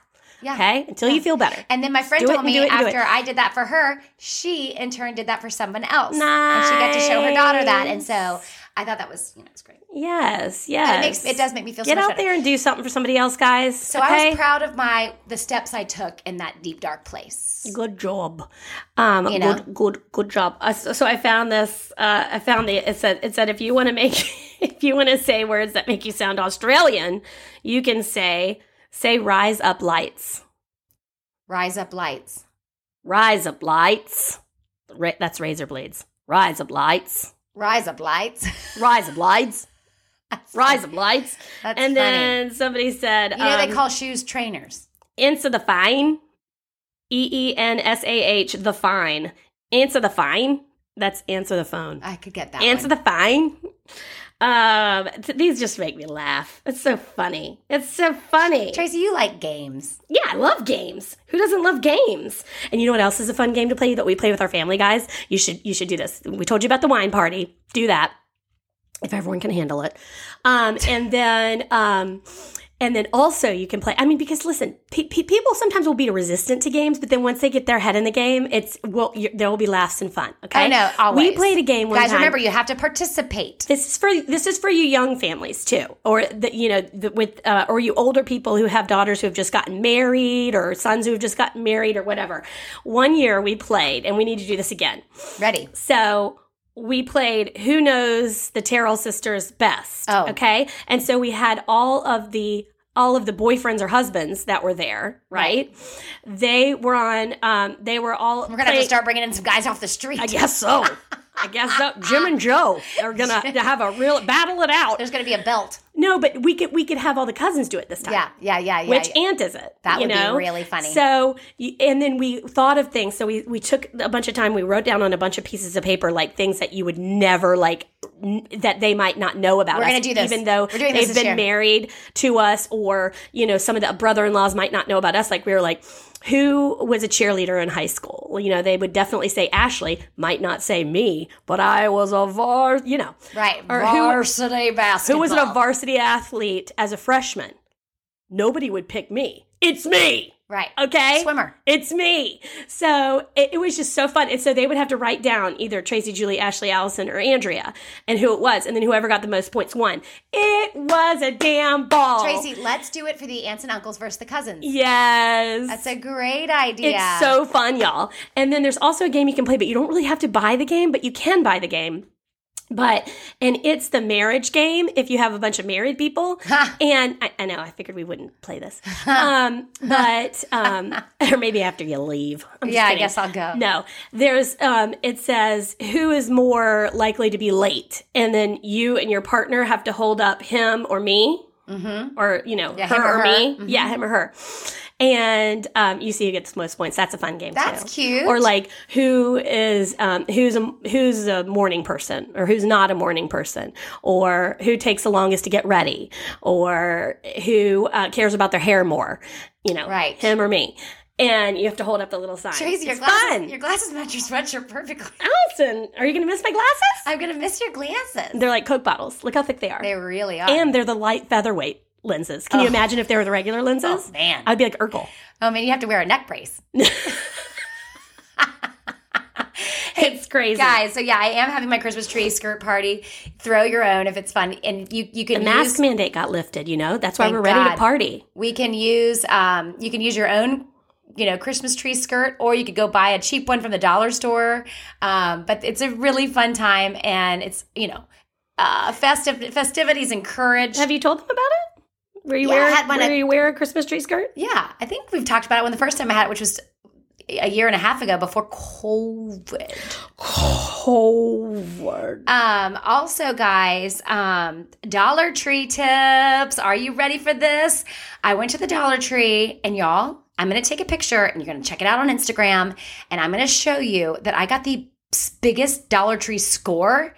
B: yeah.
C: Okay. Until you feel better.
B: And then my friend
C: Do it
B: told
C: and
B: me
C: do it and do
B: after
C: it.
B: I did that for her, she in turn did that for someone else, and she got to show her daughter that. And so I thought that was, you know, it's great.
C: Yes, yes.
B: And it makes it does make me feel
C: Get
B: so much
C: out
B: better.
C: there and do something for somebody else, guys.
B: So I was proud of my the steps I took in that deep dark place.
C: Good job. Um,
B: You know?
C: good, good, good job. Uh, so, so I found this. Uh, I found the. It said. It said if you want to make, (laughs) if you want to say words that make you sound Australian, you can say say rise up lights,
B: Rise up lights.
C: rise up lights. Ra- that's razor blades. Rise up lights.
B: Rise up lights. (laughs)
C: Rise up lights.
B: That's
C: Rise up lights.
B: That's
C: and
B: funny.
C: then somebody said,
B: You know
C: um,
B: they call shoes trainers.
C: Answer the fine. E E N S A H, the fine. Answer the fine. That's answer the phone.
B: I could get that.
C: Answer
B: one.
C: the fine. Um, th- these just make me laugh. It's so funny. It's so funny.
B: Tracy, you like games.
C: Yeah, I love games. Who doesn't love games? And you know what else is a fun game to play that we play with our family, guys? You should you should do this. We told you about the wine party. Do that if everyone can handle it. Um, and then um, and then also you can play. I mean, because listen, pe- pe- people sometimes will be resistant to games, but then once they get their head in the game, it's well you, there will be laughs and fun. Okay,
B: I know, always.
C: we played a game. One
B: Guys,
C: time
B: remember you have to participate.
C: this is for this is for you young families too or the, you know the, with uh, or you older people who have daughters who have just gotten married or sons who have just gotten married or whatever one year we played and we need to do this again
B: Ready.
C: so we played who knows the terrell sisters best
B: Oh.
C: okay and so we had all of the all of the boyfriends or husbands that were there right, they were on um, they were all
B: We're gonna have to start bringing in some guys off the street.
C: I guess so. I guess so. Jim and Joe are gonna have a real battle it
B: (laughs)
C: out.
B: There's gonna be a belt.
C: No, but we could we could have all the cousins do it this time.
B: Yeah, yeah, yeah, yeah.
C: Which
B: yeah.
C: aunt is it?
B: That
C: you
B: would be
C: know?
B: really funny.
C: So, y- and then we thought of things. So we we took a bunch of time. We wrote down on a bunch of pieces of paper like things that you would never like n- that they might not know about.
B: We're
C: us,
B: gonna do this.
C: even though
B: We're doing this this
C: they've been
B: year.
C: married to us, or you know, some of the brother in laws might not know about us. Like we were like. Who was a cheerleader in high school? Well, you know, they would definitely say Ashley, might not say me, but I was a var, you know.
B: right.
C: or who-
B: varsity basketball.
C: Who was a varsity athlete as a freshman? Nobody would pick me. It's me.
B: Right.
C: Okay.
B: Swimmer.
C: It's me. So it, it was just so fun. And so they would have to write down either Tracy, Julie, Ashley, Allison, or Andrea and who it was. And then whoever got the most points won. It was a damn ball.
B: Tracy, let's do it for the aunts and uncles versus the cousins.
C: Yes.
B: That's a great idea.
C: It's so fun, y'all. And then there's also a game you can play, but you don't really have to buy the game, but you can buy the game. But and it's the marriage game if you have a bunch of
B: (laughs)
C: married people. And I, I know I figured we wouldn't play this, um, but um, (laughs) or maybe after you leave. I'm just
B: Yeah, I
C: kidding.
B: guess I'll go.
C: No, there's um, it says who is more likely to be late, and then you and your partner have to hold up him or me
B: Mm-hmm.
C: or you know
B: Yeah,
C: her,
B: him or
C: or
B: her.
C: me
B: Mhm.
C: yeah him or her and um, you see who gets the most points that's a fun game
B: That's
C: too
B: cute.
C: or like who is um, who's a who's a morning person or who's not a morning person or who takes the longest to get ready or who uh, cares about their hair more you know
B: Right.
C: him or me and you have to hold up the little sign
B: Tracy, your
C: it's
B: glasses,
C: fun
B: your glasses match your sweatshirt perfectly. (laughs)
C: allison are you gonna miss my glasses
B: I'm gonna miss your glasses.
C: they're like coke bottles look how thick they are
B: They really are.
C: and they're the light featherweight lenses can you
B: Oh.
C: imagine if they were the regular lenses
B: oh man.
C: I'd be like Urkel.
B: Oh man, you have to wear a neck brace.
C: (laughs)
B: (laughs)
C: It's crazy.
B: Guys, so yeah, I am having my Christmas tree skirt party. Throw your own if it's fun. And you you
C: the
B: can
C: mask
B: use
C: mandate got lifted, you know? That's why
B: Thank
C: we're ready to
B: God.
C: party.
B: we can use um you can use your own you know Christmas tree skirt or you could go buy a cheap one from the dollar store. Um, but it's a really fun time and it's you know uh festive festivities encouraged.
C: Have you told them about it? Where you
B: Yeah, I
C: wear
B: had one
C: where
B: at-
C: you wear a Christmas tree skirt?
B: Yeah, I think we've talked about it when the first time I had it, which was a year and a half ago before COVID.
C: Howard.
B: Um, also, guys, um, Dollar Tree tips. Are you ready for this? I went to the Dollar Tree, and y'all, I'm gonna take a picture, and you're gonna check it out on Instagram, and I'm gonna show you that I got the biggest Dollar Tree score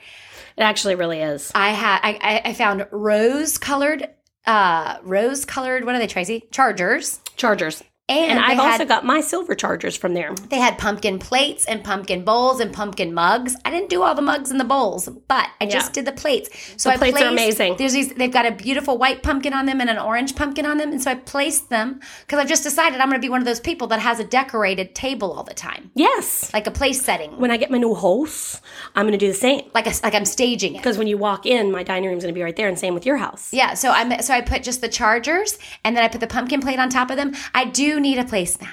C: It actually really is.
B: I had I, I- I found rose colored uh rose colored what are they Tracy chargers
C: Chargers.
B: And,
C: And I've
B: they had-
C: also got my silver chargers from there.
B: They had pumpkin plates and pumpkin bowls and pumpkin mugs. I didn't do all the mugs and the bowls, but I just did the plates. So
C: The
B: I
C: plates are
B: placed-
C: amazing.
B: There's these. They've got a beautiful white pumpkin on them and an orange pumpkin on them, and so I placed them because I've just decided I'm going to be one of those people that has a decorated table all the time,
C: Yes.
B: like a place setting,
C: When I get my new house, I'm going to do the same.
B: like a, like I'm staging it.
C: Because when you walk in, my dining room's going to be right there, and same with your house.
B: Yeah, so I'm so I put just the chargers and then I put the pumpkin plate on top of them. I do need a placemat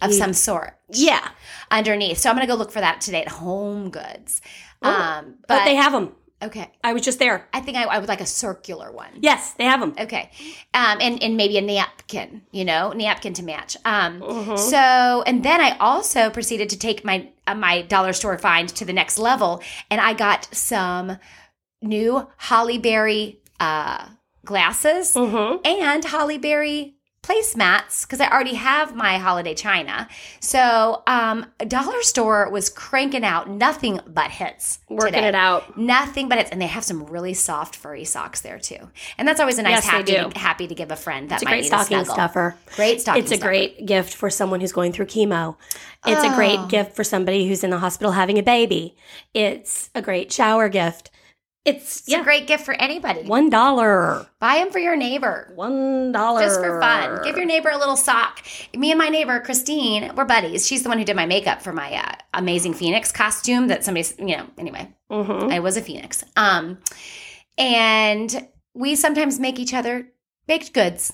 B: of some sort
C: Yeah.
B: underneath. So I'm gonna go look for that today at Home Goods.
C: Oh,
B: um, but,
C: But, they have them.
B: okay.
C: I was just there.
B: I think I, I would like a circular one.
C: Yes, they have them.
B: Okay. Um, and, and maybe a napkin, you know, napkin to match. Um,
C: Uh-huh.
B: So, and then I also proceeded to take my uh, my dollar store find to the next level, and I got some new Holly Berry uh, glasses
C: Mm-hmm.
B: and Holly Berry placemats because I already have my holiday china. So, um, dollar store was cranking out nothing but hits.
C: Working
B: today.
C: it out.
B: Nothing but it's, and they have some really soft furry socks there too. And that's always a nice
C: Yes, they
B: happy,
C: do.
B: to, happy to give a friend that
C: It's a
B: might
C: great
B: need
C: stocking
B: a snuggle.
C: stuffer.
B: Great stocking.
C: It's a
B: stuffer.
C: great gift for someone who's going through chemo. It's a
B: Oh.
C: great gift for somebody who's in the hospital having a baby. It's a great shower gift. It's,
B: It's
C: yeah,
B: a great gift for anybody.
C: one dollar.
B: Buy them for your neighbor.
C: One dollar.
B: Just for fun. Give your neighbor a little sock. Me and my neighbor, Christine, we're buddies. She's the one who did my makeup for my uh, amazing Phoenix costume that somebody's, you know, anyway,
C: Mhm.
B: I was a Phoenix. Um, and we sometimes make each other baked goods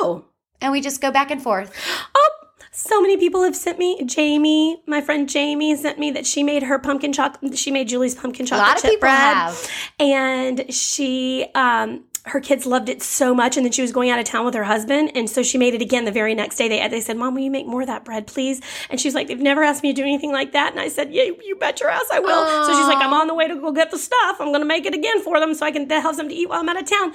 C: Oh,
B: and we just go back and forth.
C: oh! So many people have sent me. Jamie, my friend Jamie, sent me that she made her pumpkin chocolate. She made Julie's pumpkin
B: A
C: chocolate.
B: lot of
C: chip
B: people
C: bread.
B: have.
C: and she um her kids loved it so much and then she was going out of town with her husband and so she made it again the very next day they they said mom will you make more of that bread please and she's like they've never asked me to do anything like that and i said yeah you bet your ass i will so she's like i'm on the way to go get the stuff i'm going to make it again for them so i can have something to eat while i'm out of town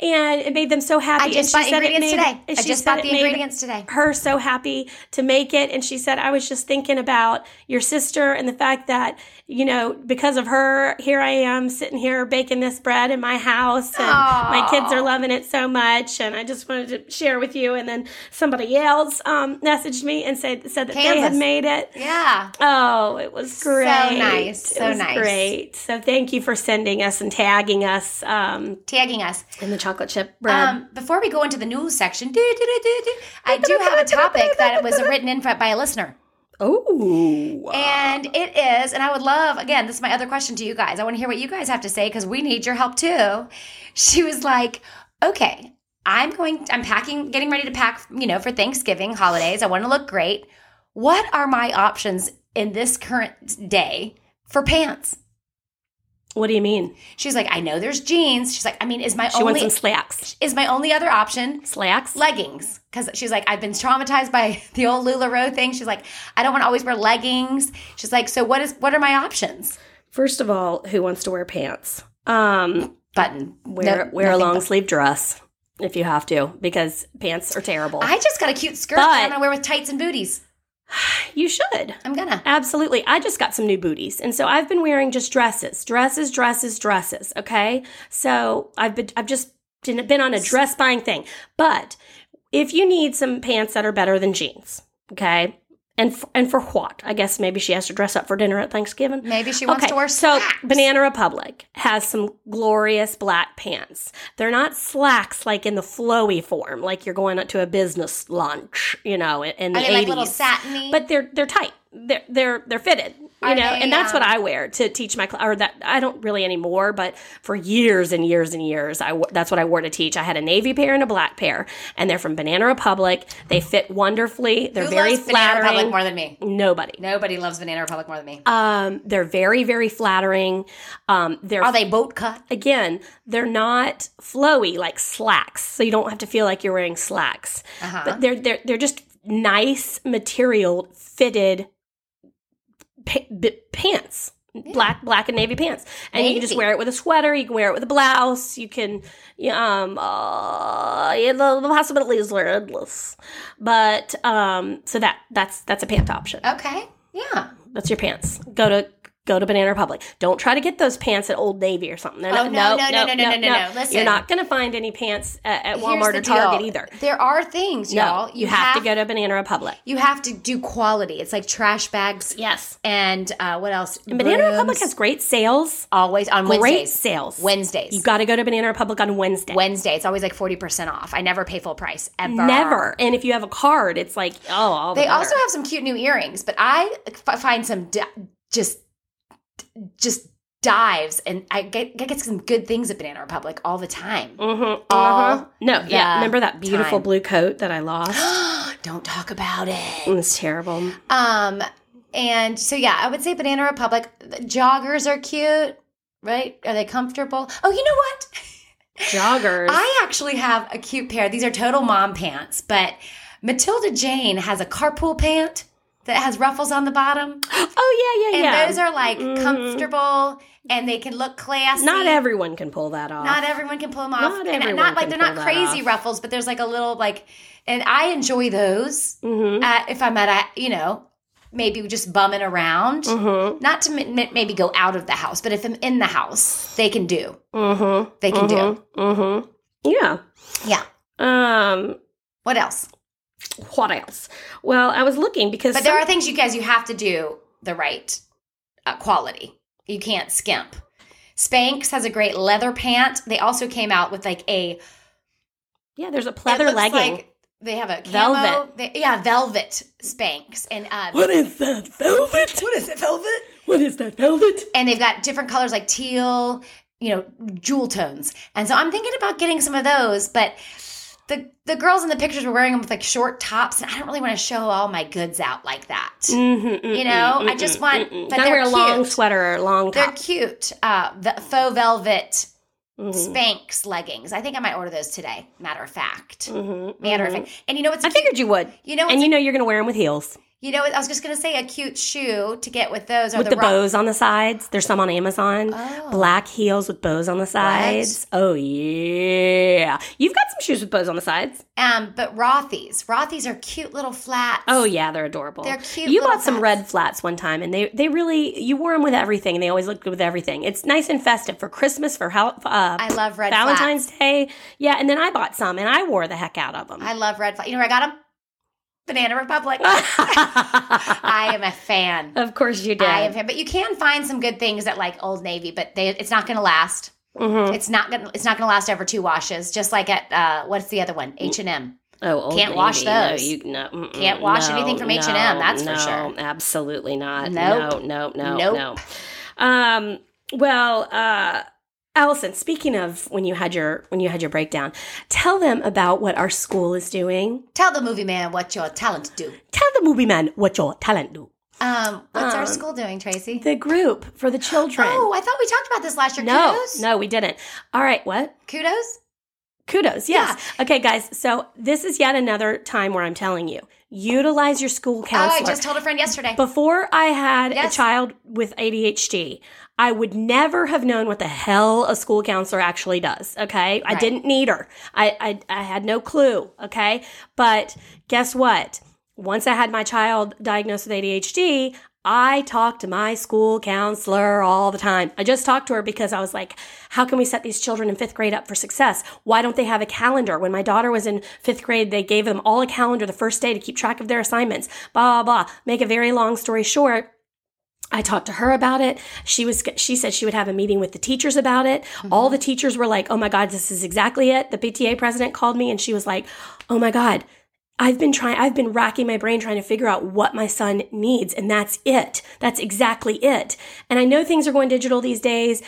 C: and it made them so
B: I
C: happy
B: just
C: and
B: bought
C: she said it
B: ingredients
C: made-
B: today.
C: and
B: I
C: she
B: just
C: said
B: bought
C: it
B: the
C: made
B: ingredients today.
C: her so happy to make it and she said i was just thinking about your sister and the fact that you know because of her here i am sitting here baking this bread in my house and my kids are loving it so much and i just wanted to share with you and then somebody else um, messaged me and said said that they had
B: Kansas.
C: made it
B: Yeah.
C: Oh, it was great.
B: nice,
C: It
B: so
C: was
B: nice.
C: Great. So thank you for sending us and tagging us um,
B: Tagging us.
C: in the chocolate chip bread.
B: Um, before we go into the news section, do, do, do, do, do, I do have a topic that was written in by a listener.
C: oh.
B: And it is, and I would love, again, this is my other question to you guys. I want to hear what you guys have to say because we need your help too. She was like, okay, I'm going, I'm packing, getting ready to pack, you know, for Thanksgiving holidays. I want to look great. What are my options in this current day for pants?
C: What do you mean?
B: She's like, I know there's jeans. She's like, I mean, is my
C: She
B: only
C: wants some slacks.
B: is my only other option
C: Slacks?
B: leggings because she's like i've been traumatized by (laughs) the old lularoe thing she's like i don't want to always wear leggings she's like so what is what are my options
C: First of all, who wants to wear pants? Um,
B: button
C: wear
B: No-
C: wear a
B: nothing
C: long
B: but-
C: sleeve dress if you have to, because pants are terrible.
B: i just got a cute skirt
C: But-
B: that i'm gonna wear with tights and booties
C: you should.
B: i'm gonna
C: Absolutely. I just got some new booties. And so I've been wearing just dresses, dresses, dresses, dresses. Okay. So I've been, I've just been been on a dress buying thing. But if you need some pants that are better than jeans, okay. And f- and for what? I guess maybe she has to dress up for dinner at Thanksgiving.
B: maybe she wants to wear
C: so
B: slacks.
C: Banana Republic has some glorious black pants. They're not slacks like in the flowy form, like you're going out to a business lunch, you know, in, in the
B: are they like little
C: 80s
B: satiny
C: but they're they're tight. They're they're they're fitted. You
B: Are
C: know,
B: they,
C: and that's what
B: um,
C: I wear to teach my cl- or that I don't really anymore, but for years and years and years, I w- that's what I wore to teach. I had a navy pair and a black pair, and they're from Banana Republic. They fit wonderfully. They're
B: who
C: very
B: loves banana
C: flattering.
B: republic more than me
C: Nobody.
B: nobody loves banana republic more than me
C: Um, they're very very flattering. Um, they're
B: are they boat cut
C: again, they're not flowy like slacks, so you don't have to feel like you're wearing slacks.
B: Uh-huh.
C: But they're they're they're just nice material fitted pa- b- pants. Black, black and navy pants, and you can just
B: Navy.
C: wear it with a sweater. You can wear it with a blouse. You can, yeah, um, uh, yeah, the, the possibilities are endless. But um, so that that's that's a pant option.
B: okay yeah
C: That's your pants. Go to Go to Banana Republic. Don't try to get those pants at Old Navy or something. They're
B: Oh,
C: not,
B: no, no, no, no, no, no, no. Listen.
C: You're not going to find any pants at, at
B: Here's
C: Walmart
B: the
C: or Target
B: deal.
C: either.
B: There are things, y'all.
C: No, you, have, to go to Banana Republic.
B: You have to do quality. It's like trash bags.
C: Yes.
B: And uh, what else?
C: And Banana
B: Brooms.
C: Republic has great sales.
B: always on
C: Great
B: Wednesdays.
C: sales.
B: Wednesdays.
C: You got to go to Banana Republic on Wednesday.
B: Wednesday. It's always like forty percent off. I never pay full price ever.
C: Never. And if you have a card, it's like, oh, all the
B: They
C: better.
B: also have some cute new earrings, but I f- find some di- just just dives, and I get, I get some good things at Banana Republic all the time.
C: Mhm,
B: all
C: mhm. No,
B: the
C: yeah. Remember that beautiful
B: time.
C: blue coat that I
B: (gasps)
C: lost?
B: (gasps) Don't talk about it.
C: it's terrible.
B: Um, and so yeah, I would say Banana Republic. The joggers are cute, right? Are they comfortable? Oh, you know what?
C: Joggers.
B: I actually have a cute pair. These are total mom pants, but Matilda Jane has a carpool pant that has ruffles on the
C: (gasps)
B: bottom.
C: (gasps) oh yeah, yeah,
B: And
C: yeah.
B: those are like
C: Mhm.
B: comfortable and they can look classy.
C: Not everyone can pull that off.
B: Not everyone can pull them off.
C: Not
B: and
C: everyone
B: not like
C: can
B: they're
C: pull
B: not
C: that
B: crazy
C: off.
B: ruffles, but there's like a little like and I enjoy those.
C: Mhm.
B: Uh, if I'm at a, you know, maybe just bumming around.
C: Mhm.
B: Not to m- m- maybe go out of the house, but if I'm in the house, they can do.
C: Mhm.
B: They can do.
C: Mhm. Mhm. Yeah.
B: Yeah.
C: Um.
B: What else?
C: What else? Well, I was looking because
B: But there
C: some-
B: are things you guys you have to do the right uh, quality. You can't skimp. Spanx has a great leather pant. They also came out with like a
C: yeah, there's a
B: it
C: pleather
B: looks
C: legging.
B: like they have a camo,
C: Velvet.
B: They, yeah, velvet Spanx, and uh,
C: is that velvet?
B: what is it, velvet?
C: What is that velvet?
B: And they've got different colors like teal, you know, jewel tones. And so I'm thinking about getting some of those, but. The, the girls in the pictures were wearing them with like short tops, and I don't really want to show all my goods out like that.
C: Mm-hmm,
B: You know, I just want- but
C: Gotta
B: they're
C: wear a long
B: cute.
C: sweater or a long
B: They're
C: top.
B: cute. Uh, the faux velvet
C: Mhm.
B: Spanx leggings. I think I might order those today. Matter of fact.
C: Mhm,
B: Matter
C: mhm.
B: of fact. And you know what's
C: I
B: a cute?
C: figured you would.
B: You know what's
C: And you know you're gonna wear them with heels,
B: You know, what I was just gonna say a cute shoe to get with those are
C: with
B: the,
C: the,
B: rock-
C: bows on the sides. There's some on Amazon.
B: Oh.
C: Black heels with bows on the sides. Oh yeah, you've got some shoes with bows on the sides.
B: Um, but Rothy's. Rothy's are cute little flats.
C: Oh yeah, they're adorable.
B: They're cute
C: You
B: little
C: bought some
B: flats.
C: red flats one time, and they they really you wore them with everything, and they always looked good with everything. It's nice and festive for Christmas, for Hal- uh,
B: I love red
C: Valentine's
B: flats.
C: Day. Yeah, and then I bought some, and I wore the heck out of them.
B: I love red flats. You know where I got them? Banana
C: (laughs)
B: Republic. I am a fan.
C: of course (laughs) you did.
B: I am a fan. But you can find some good things at like Old Navy, but they it's not gonna last.
C: Mhm.
B: It's not gonna it's not gonna last over two washes. Just like at uh, what's the other one? H and M.
C: Oh, Old
B: Can't wash
C: Navy. No,
B: those.
C: you no, mm-mm,
B: Can't wash
C: no,
B: anything from
C: no,
B: H&M, that's for
C: no,
B: sure.
C: Absolutely not.
B: Nope.
C: No, no, no,
B: Nope.
C: no. Um, well, uh, Allison, speaking of when you had your when you had your breakdown, tell them about what our school is doing.
B: Tell the movie man what your talent do.
C: Tell the movie man what your talent do.
B: Um, what's our
C: Um,
B: school doing, Tracy?
C: The group for the children.
B: Oh, I thought we talked about this last year.
C: no,
B: Kudos?
C: no, we didn't. All right, what?
B: Kudos?
C: Kudos, yes. Okay, guys, so this is yet another time where I'm telling you, utilize your school
B: Oh, I
C: counselor.
B: just told a friend yesterday.
C: Before I had
B: Yes.
C: a child with ADHD, I would never have known what the hell a school counselor actually does. Okay. I
B: Right.
C: didn't need her. I, I I had no clue. Okay. But guess what? Once I had my child diagnosed with ADHD, I talked to my school counselor all the time. I just talked to her because I was like, how can we set these children in fifth grade up for success? Why don't they have a calendar? When my daughter was in fifth grade, they gave them all a calendar the first day to keep track of their assignments, blah, blah, blah. Make a very long story short. I talked to her about it. She was she said she would have a meeting with the teachers about it. All the teachers were like, "Oh my god, this is exactly it." The PTA president called me and she was like, "Oh my god, I've been trying I've been racking my brain trying to figure out what my son needs and that's it. That's exactly it." And I know things are going digital these days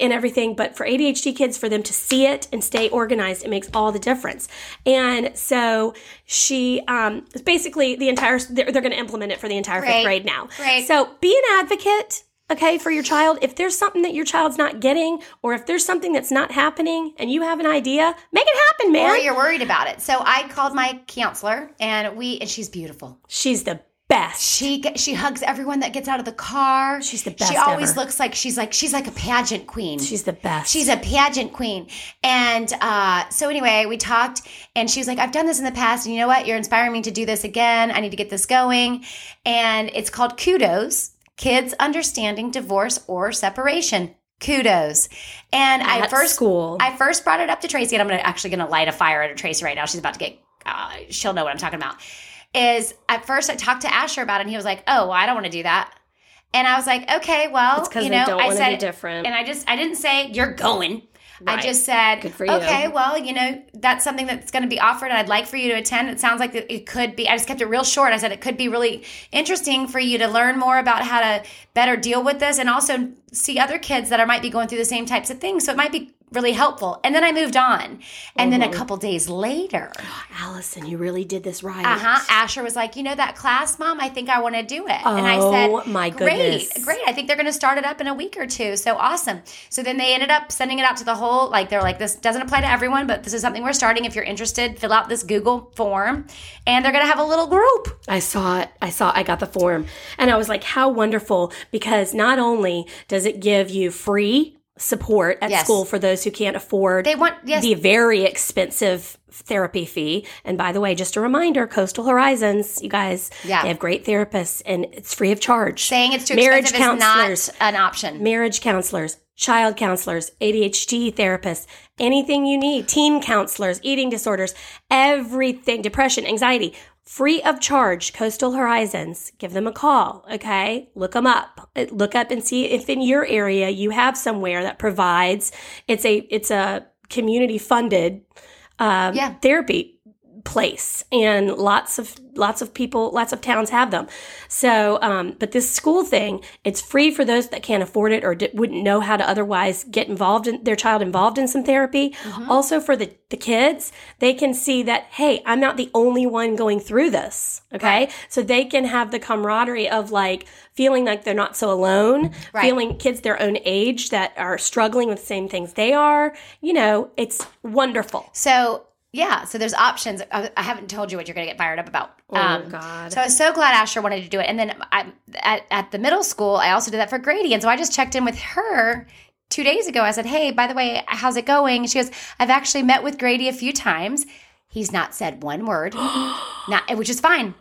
C: and everything, but for ADHD kids for them to see it and stay organized, it makes all the difference. And so she um basically the entire they're, they're going to implement it for the entire
B: Great.
C: fifth grade now.
B: Great.
C: So be an advocate, okay, for your child. If there's something that your child's not getting, or if there's something that's not happening and you have an idea, make it happen,
B: Or
C: man.
B: you're worried about it. So I called my counselor and we and she's beautiful.
C: She's the best.
B: She ge- she hugs everyone that gets out of the car.
C: She's the best
B: She always
C: ever.
B: looks like she's like she's like a pageant queen.
C: She's the best.
B: She's a pageant queen. And uh, so, anyway, we talked, and she was like, I've done this in the past, and you know what? You're inspiring me to do this again. I need to get this going. And it's called Kudos. Kids Understanding Divorce or Separation. Kudos. And I
C: At
B: first
C: school.
B: I first brought it up to Tracy, and I'm gonna, actually going to light a fire under Tracy right now. She's about to get, uh, she'll know what I'm talking about. Is at first I talked to Asher about it, and he was like, "Oh, well, I don't want to do that." And I was like, "Okay, well,
C: it's because
B: you
C: they
B: know,"
C: don't
B: I
C: want to be
B: said,
C: different.
B: and I just I didn't say you're going. I
C: Right.
B: just said,
C: Good for you.
B: okay, well, you know, that's something that's going to be offered, and I'd like for you to attend. It sounds like it could be. I just kept it real short. I said it could be really interesting for you to learn more about how to better deal with this, and also see other kids that are might be going through the same types of things. So it might be really helpful. And then I moved on,
C: Oh,
B: and then a couple days later,
C: Allison, you really did this right.
B: uh huh. Asher was like, you know that class, mom. I think I want to do it. and I
C: Oh,
B: said,
C: my
B: great,
C: goodness.
B: great. I think they're going to start it up in a week or two. So awesome. So then they ended up sending it out to the whole. Like they're like, this doesn't apply to everyone, but this is something we're starting. If you're interested, fill out this Google form, and they're going to have a little group.
C: I saw it. I saw. I got the form, and I was like, "How wonderful!" Because not only does it give you free support at
B: Yes.
C: school for those who can't afford
B: They want yes,
C: the very expensive therapy fee. And by the way, just a reminder: Coastal Horizons, you guys,
B: Yeah.
C: they have great therapists, and it's free of charge.
B: saying it's too
C: marriage
B: expensive
C: counselors,
B: is not an option.
C: marriage counselors, child counselors, ADHD therapists, anything you need, teen counselors, eating disorders, everything, depression, anxiety, free of charge, Coastal Horizons. Give them a call, okay? Look them up. Uh, Look up and see if in your area you have somewhere that provides it's a it's a community funded um,
B: Yeah.
C: therapy place and lots of lots of people lots of towns have them so um, but this school thing it's free for those that can't afford it or d- wouldn't know how to otherwise get involved in their child involved in some therapy
B: Mm-hmm.
C: also for the the kids they can see that hey i'm not the only one going through this okay so they can have the camaraderie of like feeling like they're not so alone
B: Right.
C: feeling kids their own age that are struggling with the same things they are you know it's wonderful
B: So yeah, so there's options. I, I haven't told you what you're going to get fired up about. Um,
C: Oh god
B: So I was so glad Asher wanted to do it. And then I, at, at the middle school, I also did that for Grady. And so I just checked in with her two days ago. I said, Hey, by the way, how's it going? She goes, I've actually met with Grady a few times. He's not said one
C: (gasps)
B: word, not, which is fine.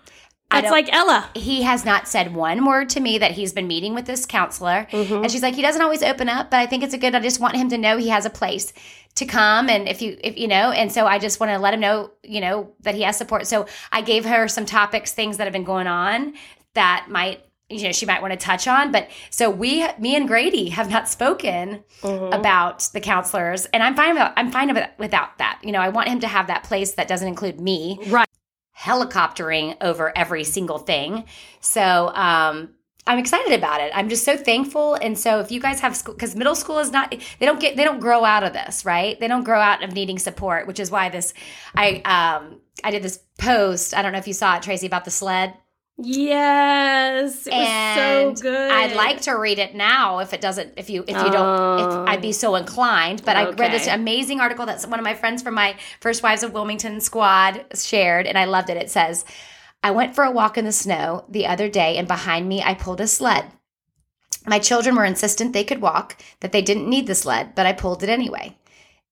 B: I
C: That's
B: don't-
C: like Ella.
B: he has not said one word to me that he's been meeting with this counselor. And she's like, he doesn't always open up, but I think it's a good. I just want him to know he has a place to come, and if you, if you know, and so I just want to let him know, you know, that he has support. So I gave her some topics, things that have been going on that might. You know, she might want to touch on, but so we, me and Grady, have not spoken about the counselors, and I'm fine. About, I'm fine about, without that. You know, I want him to have that place that doesn't include me helicoptering over every single thing. So um, I'm excited about it. I'm just so thankful. And so if you guys have school, because middle school is not, they don't get, they don't grow out of this, right? They don't grow out of needing support, which is why this, I, um, I did this post. I don't know if you saw it, Tracy, about the sled.
C: Yes. It
B: And
C: was so good.
B: I'd like to read it now if it doesn't, if you, if you don't,
C: Oh.
B: if I'd be so inclined. But I read this
C: Okay.
B: amazing article that one of my friends from my First Wives of Wilmington squad shared, and I loved it. It says, I went for a walk in the snow the other day, and behind me, I pulled a sled. My children were insistent they could walk, that they didn't need the sled, but I pulled it anyway.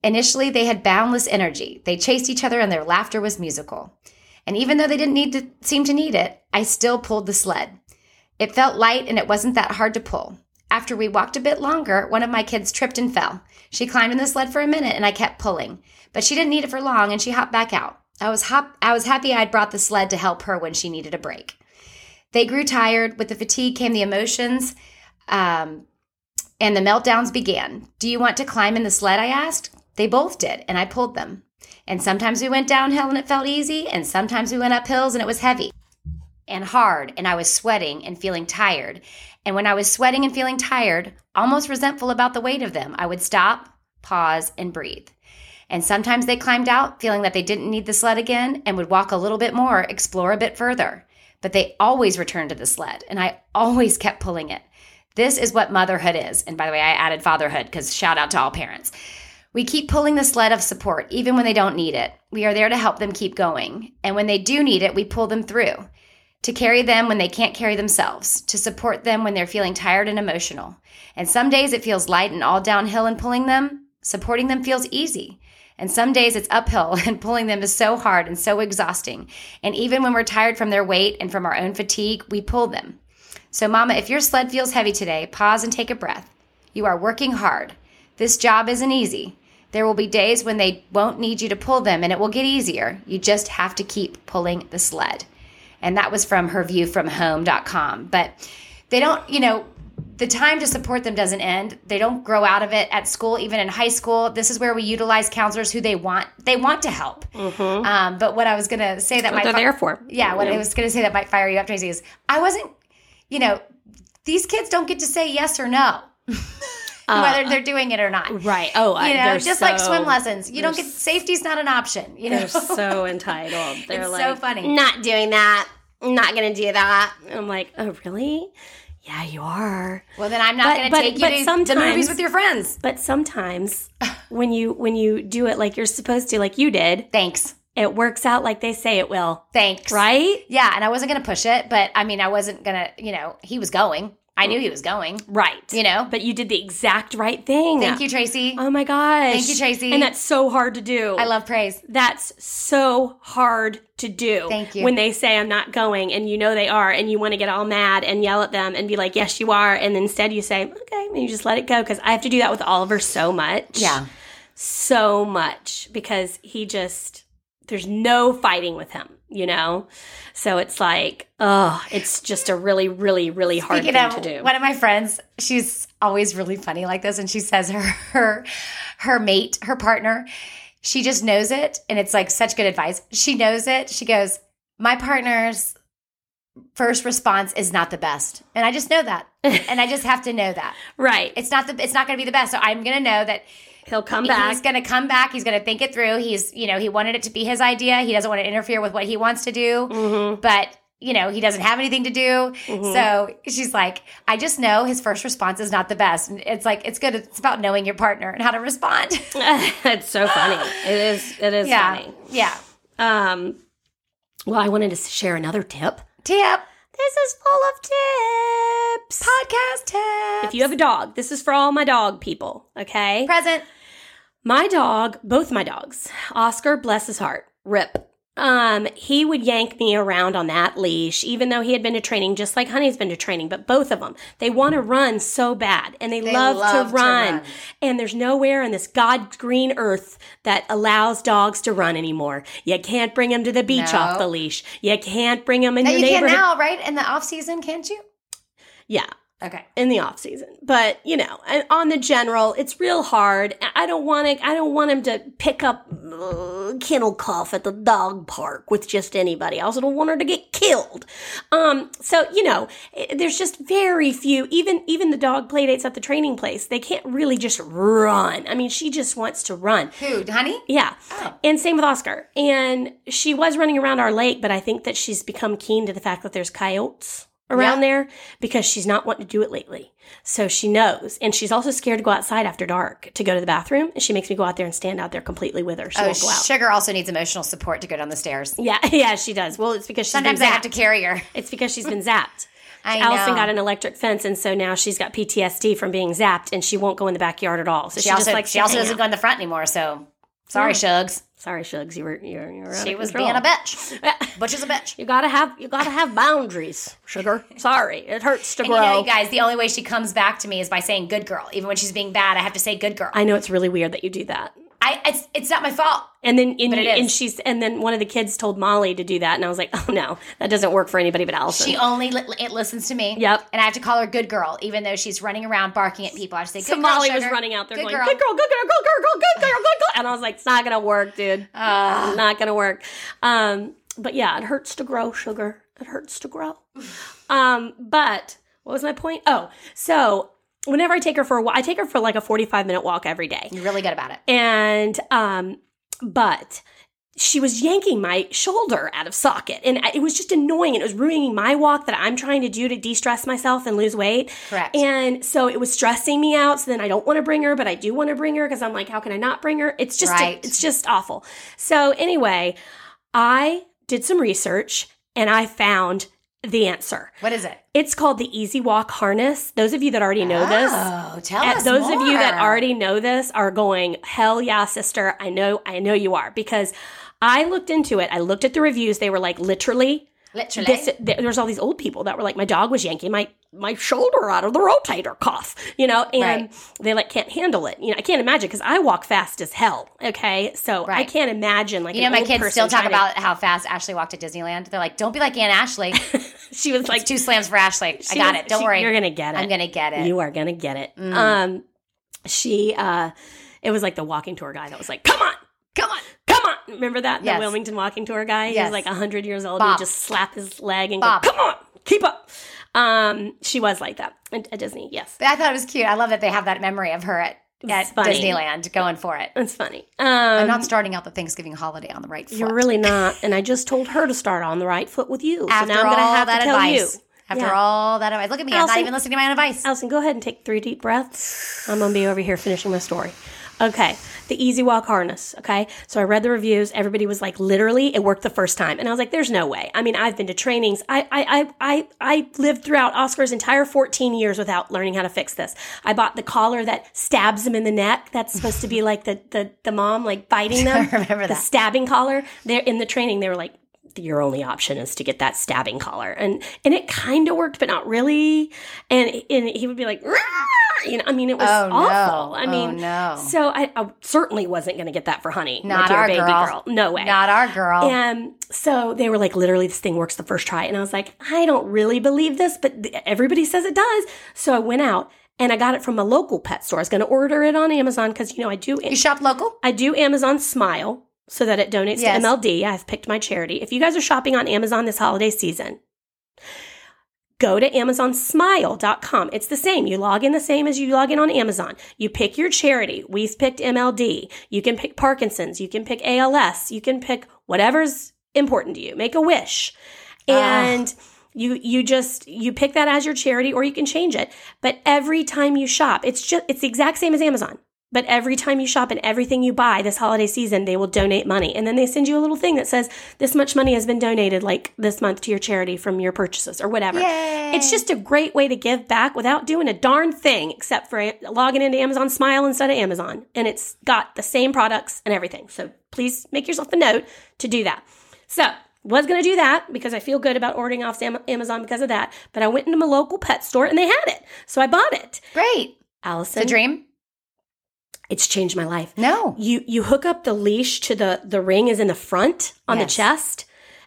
B: Initially, they had boundless energy. They chased each other, and their laughter was musical. And even though they didn't need to seem to need it, I still pulled the sled. It felt light and it wasn't that hard to pull. After we walked a bit longer, one of my kids tripped and fell. She climbed in the sled for a minute and I kept pulling, but she didn't need it for long and she hopped back out. I was hop- I was happy I'd brought the sled to help her when she needed a break. They grew tired. With the fatigue came the emotions, um, and the meltdowns began. Do you want to climb in the sled? I asked. They both did, and I pulled them. And sometimes we went downhill and it felt easy, and sometimes we went up hills and it was heavy and hard, and I was sweating and feeling tired. And when I was sweating and feeling tired, almost resentful about the weight of them, I would stop, pause, and breathe. And sometimes they climbed out, feeling that they didn't need the sled again, and would walk a little bit more, explore a bit further. But they always returned to the sled, and I always kept pulling it. This is what motherhood is. And by the way, I added fatherhood because shout out to all parents. We keep pulling the sled of support, even when they don't need it. We are there to help them keep going. And when they do need it, we pull them through to carry them when they can't carry themselves, to support them when they're feeling tired and emotional. And some days it feels light and all downhill and pulling them, supporting them feels easy. And some days it's uphill (laughs) and pulling them is so hard and so exhausting. And even when we're tired from their weight and from our own fatigue, we pull them. So, Mama, if your sled feels heavy today, pause and take a breath. You are working hard. This job isn't easy. There will be days when they won't need you to pull them and it will get easier. You just have to keep pulling the sled. And that was from her view from home.com. But they don't, you know, the time to support them doesn't end. They don't grow out of it at school, even in high school. This is where we utilize counselors who they want they want to help. Um, but what I was gonna say that
C: What
B: my
C: Mm-hmm. they're there for.
B: yeah, what I was going to say that might fire you up, Tracy, is I wasn't, you know, these kids don't get to say yes or no, (laughs) whether they're doing it or not.
C: Uh, Right. Oh, I,
B: You know,
C: they're
B: just like
C: so-
B: swim lessons, you don't
C: they're
B: get safety's not an option. You know,
C: They're so entitled. They're
B: It's
C: like,
B: so funny.
C: Not doing that. Not gonna do that. And I'm like, oh really? Yeah, you are.
B: (laughs) well then I'm not
C: But-
B: going to
C: but-
B: take you
C: but
B: to the
C: sometimes-
B: movies with your friends. (laughs)
C: But sometimes when you when you do it like you're supposed to, like you did,
B: Thanks,
C: it works out like they say it will.
B: thanks.
C: Right?
B: Yeah, and I wasn't going to push it, but I mean, I wasn't going to. You know, he was going.
C: Mm.
B: I knew he was going.
C: Right.
B: You know.
C: But you did the exact right thing.
B: Thank you, Tracy.
C: Oh my gosh.
B: Thank you, Tracy.
C: And that's so hard to do.
B: I love praise.
C: that's so hard to do.
B: Thank you.
C: When they say I'm not going and you know they are and you want to get all mad and yell at them and be like, "Yes, you are." And instead you say, "Okay," and you just let it go cuz I have to do that with Oliver so much. So much because he just there's no fighting with him, you know? So it's like, oh, it's just a really really really hard
B: Speaking
C: thing
B: of,
C: to do.
B: One of my friends, she's always really funny like this, and she says her her her mate, her partner, she just knows it, and it's like such good advice. She knows it. She goes, "My partner's first response is not the best," and I just know
C: (laughs)
B: that, and I just have to know that
C: right.
B: it's not the it's not going to be the best. So I'm going to know that
C: He'll come
B: He's
C: back.
B: going to come back. He's going to think it through. He's, you know, he wanted it to be his idea. He doesn't want to interfere with what he wants to do,
C: Mm-hmm.
B: but you know, he doesn't have anything to do. So she's like, I just know his first response is not the best. And it's like, it's good. It's about knowing your partner and how to respond.
C: (laughs) it's so funny. It is it is
B: (laughs) yeah.
C: funny.
B: Yeah.
C: Um, well, I wanted to share another tip.
B: Tip
C: This is full of tips.
B: podcast tip.
C: If you have a dog, this is for all my dog people, okay?
B: present,
C: My dog, both my dogs, Oscar, bless his heart, rip. Um, he would yank me around on that leash, even though he had been to training just like Honey's been to training. But both of them, they want to run so bad and they, love,
B: love
C: to,
B: to
C: run.
B: run.
C: And there's nowhere on this God green earth that allows dogs to run anymore. You can't bring them to the beach
B: No.
C: off the leash. You can't bring them in
B: Now
C: your
B: you can
C: neighborhood.
B: now, right? In the off season, can't you?
C: Yeah,
B: Okay.
C: in the off season. But you know, and on the general, it's real hard. I- I don't want to. I don't want him to pick up uh, kennel cough at the dog park with just anybody. I also don't want her to get killed. Um. So you know, i there's just very few. Even even the dog play dates at the training place, they can't really just run. I mean, she just wants to run.
B: Who, honey? Oh,
C: Yeah. And same with Oscar. And she was running around our lake, but I think that she's become keen to the fact that there's coyotes around
B: Yeah.
C: there because she's not wanting to do it lately. So she knows. And she's also scared to go outside after dark to go to the bathroom. And she makes me go out there and stand out there completely with her. She
B: Oh,
C: won't go out.
B: sugar also needs emotional support to go down the stairs.
C: yeah, (laughs) yeah, she does. Well, it's because she's
B: Sometimes I
C: been zapped.
B: have to carry her.
C: It's because she's been zapped.
B: (laughs) I
C: Allison
B: know.
C: got an electric fence, and so now she's got PTSD from being zapped, and she won't go in the backyard at all. So she,
B: She also,
C: just likes
B: she
C: to
B: also
C: hang
B: doesn't
C: out.
B: go in the front anymore. So sorry, Shugs.
C: Sorry, Shugs, you were you were, you were out
B: She
C: of
B: was
C: control.
B: being a bitch.
C: (laughs)
B: Butch is a bitch.
C: You gotta have you gotta have boundaries, sugar. Sorry, it hurts to
B: And
C: grow.
B: you know, you guys, the only way she comes back to me is by saying "good girl." Even when she's being bad, I have to say "good girl." I,
C: I know it's really weird that you do that.
B: it's it's not my fault.
C: And then and,
B: it is.
C: and she's and then one of the kids told Molly to do that, and I was like, (laughs) oh no, that doesn't work for anybody but Allison.
B: She only li- it listens to me.
C: Yep.
B: And I have to call her "good girl," even though she's running around barking at people. I just say, "Good
C: so
B: girl."
C: Molly was
B: sugar.
C: running out there
B: Good
C: going,
B: girl.
C: good girl, good girl, good girl, good girl, good girl, good girl. And I was like, it's not gonna work, dude. not gonna work. Um, but yeah, it hurts to grow, sugar. It hurts to grow. Um, but what was my point? Oh, so whenever I take her for a walk, I take her for like a 45 minute walk every day.
B: You're really good about it.
C: and um but she was yanking my shoulder out of socket and I- it was just annoying and it was ruining my walk that i'm trying to do to de-stress myself and lose weight
B: Correct.
C: and so it was stressing me out so then i don't want to bring her but i do want to bring her because i'm like how can i not bring her it's just
B: Right.
C: it's just awful so anyway i did some research and i found the answer
B: What is it?
C: it's called the easy walk harness those of you that already know this
B: Oh, tell
C: and
B: us
C: those of you that
B: more.
C: already know this are going, hell yeah, sister. I know, I know you are because I looked into it. I looked at the reviews. They were like, literally,
B: Literally.
C: this, th- there's all these old people that were like, my dog was yanking my my shoulder out of the rotator cuff, you know, and
B: Right.
C: they like can't handle it. You know, I can't imagine because I walk fast as hell. Okay, so I
B: Right.
C: can't imagine like
B: you know,
C: an
B: my
C: old
B: kids
C: person
B: still talk
C: trying to-
B: about how fast Ashley walked at Disneyland. They're like, "Don't be like Aunt Ashley."
C: (laughs) she was like, (laughs)
B: Two slams for Ashley. I
C: she
B: got
C: was-
B: it. Don't
C: she-
B: worry.
C: you're gonna get it.
B: I'm gonna get it. Mm.
C: You are gonna get it. Um, she uh, it was like the walking tour guy that was like, come on.
B: Come on,
C: Come on! Remember that the
B: Yes.
C: Wilmington walking tour guy? He
B: Yes.
C: was like hundred years old.
B: Bob.
C: He'd just slap his leg and
B: Bob.
C: go, "Come on, keep up." Um, she was like that at, at Disney. Yes,
B: But I thought it was cute. I love that they have that memory of her at, at
C: funny.
B: Disneyland going for it.
C: That's funny. Um,
B: I'm not starting out the Thanksgiving holiday on the right foot.
C: you're really not. And I just told her to start on the right foot with you.
B: after
C: so now I'm
B: all
C: gonna have
B: that
C: to tell
B: advice.
C: you.
B: After
C: Yeah.
B: all that advice, look at me. I'm not
C: Allison-
B: even listening to my own advice.
C: Allison, go ahead and take three deep breaths. I'm gonna be over here finishing my story. Okay, the Easy Walk harness. Okay, so I read the reviews. Everybody was like, literally, it worked the first time, and I was like, there's no way. I mean, I've been to trainings. I I I I, I lived throughout Oscar's entire 14 years without learning how to fix this. I bought the collar that stabs him in the neck. That's supposed to be like the the, the mom like biting them.
B: (laughs) remember
C: the
B: that.
C: stabbing collar. There in the training, they were like. Your only option is to get that stabbing collar, and and it kind of worked, but not really. And and he would be like, "Rah!" you know, I mean, it was
B: Oh, no.
C: awful. I
B: Oh,
C: mean,
B: no.
C: So I, I certainly wasn't going to get that for honey, my
B: Not
C: dear
B: our
C: baby
B: girl.
C: girl. No way.
B: Not our girl.
C: Um, so they were like, literally, this thing works the first try. And I was like, I don't really believe this, but th- everybody says it does. So I went out and I got it from a local pet store. I was going to order it on Amazon because, you know, I do
B: you shop local?
C: I do Amazon Smile so that it donates
B: Yes.
C: to MLD. I've picked my charity. If you guys are shopping on Amazon this holiday season, go to amazonsmile.com. It's the same. You log in the same as you log in on Amazon. You pick your charity. We've picked MLD. You can pick Parkinson's. You can pick ALS. You can pick whatever's important to you. Make a wish. And you you just you pick that as your charity or you can change it. But every time you shop, it's just it's the exact same as Amazon. But every time you shop and everything you buy this holiday season, they will donate money. And then they send you a little thing that says, this much money has been donated, like this month, to your charity from your purchases or whatever.
B: Yay.
C: It's just a great way to give back without doing a darn thing except for logging into Amazon Smile instead of Amazon. And it's got the same products and everything. So please make yourself a note to do that. So was going to do that because I feel good about ordering off Sam- Amazon because of that. But I went into my local pet store and they had it. So I bought it.
B: Great.
C: Allison,
B: It's a dream?
C: it's changed my life
B: No.
C: you you hook up the leash to the the ring is in the front on
B: Yes.
C: the chest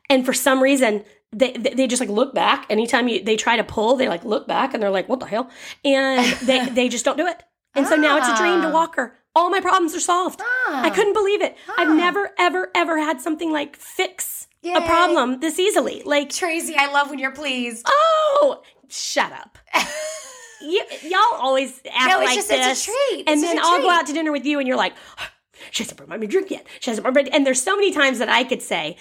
C: and for some reason they, they they just like look back anytime you they try to pull they like look back and they're like what the hell
B: (laughs)
C: and they they just don't do it and so now it's a dream to
B: Ah.
C: walker all my problems are solved i couldn't believe it
B: Ah.
C: i've never ever ever had something like fix
B: Yay.
C: a problem this easily like
B: Tracy, I love when you're pleased.
C: oh shut up you, y'all always
B: (laughs)
C: act
B: No, it's
C: like
B: just- it's a
C: this,
B: treat. It's
C: and
B: just
C: then
B: a
C: I'll go
B: treat.
C: out to dinner with you, and you're like, "She hasn't brought me my drink yet. She hasn't brought." my-" And there's so many times that I could say,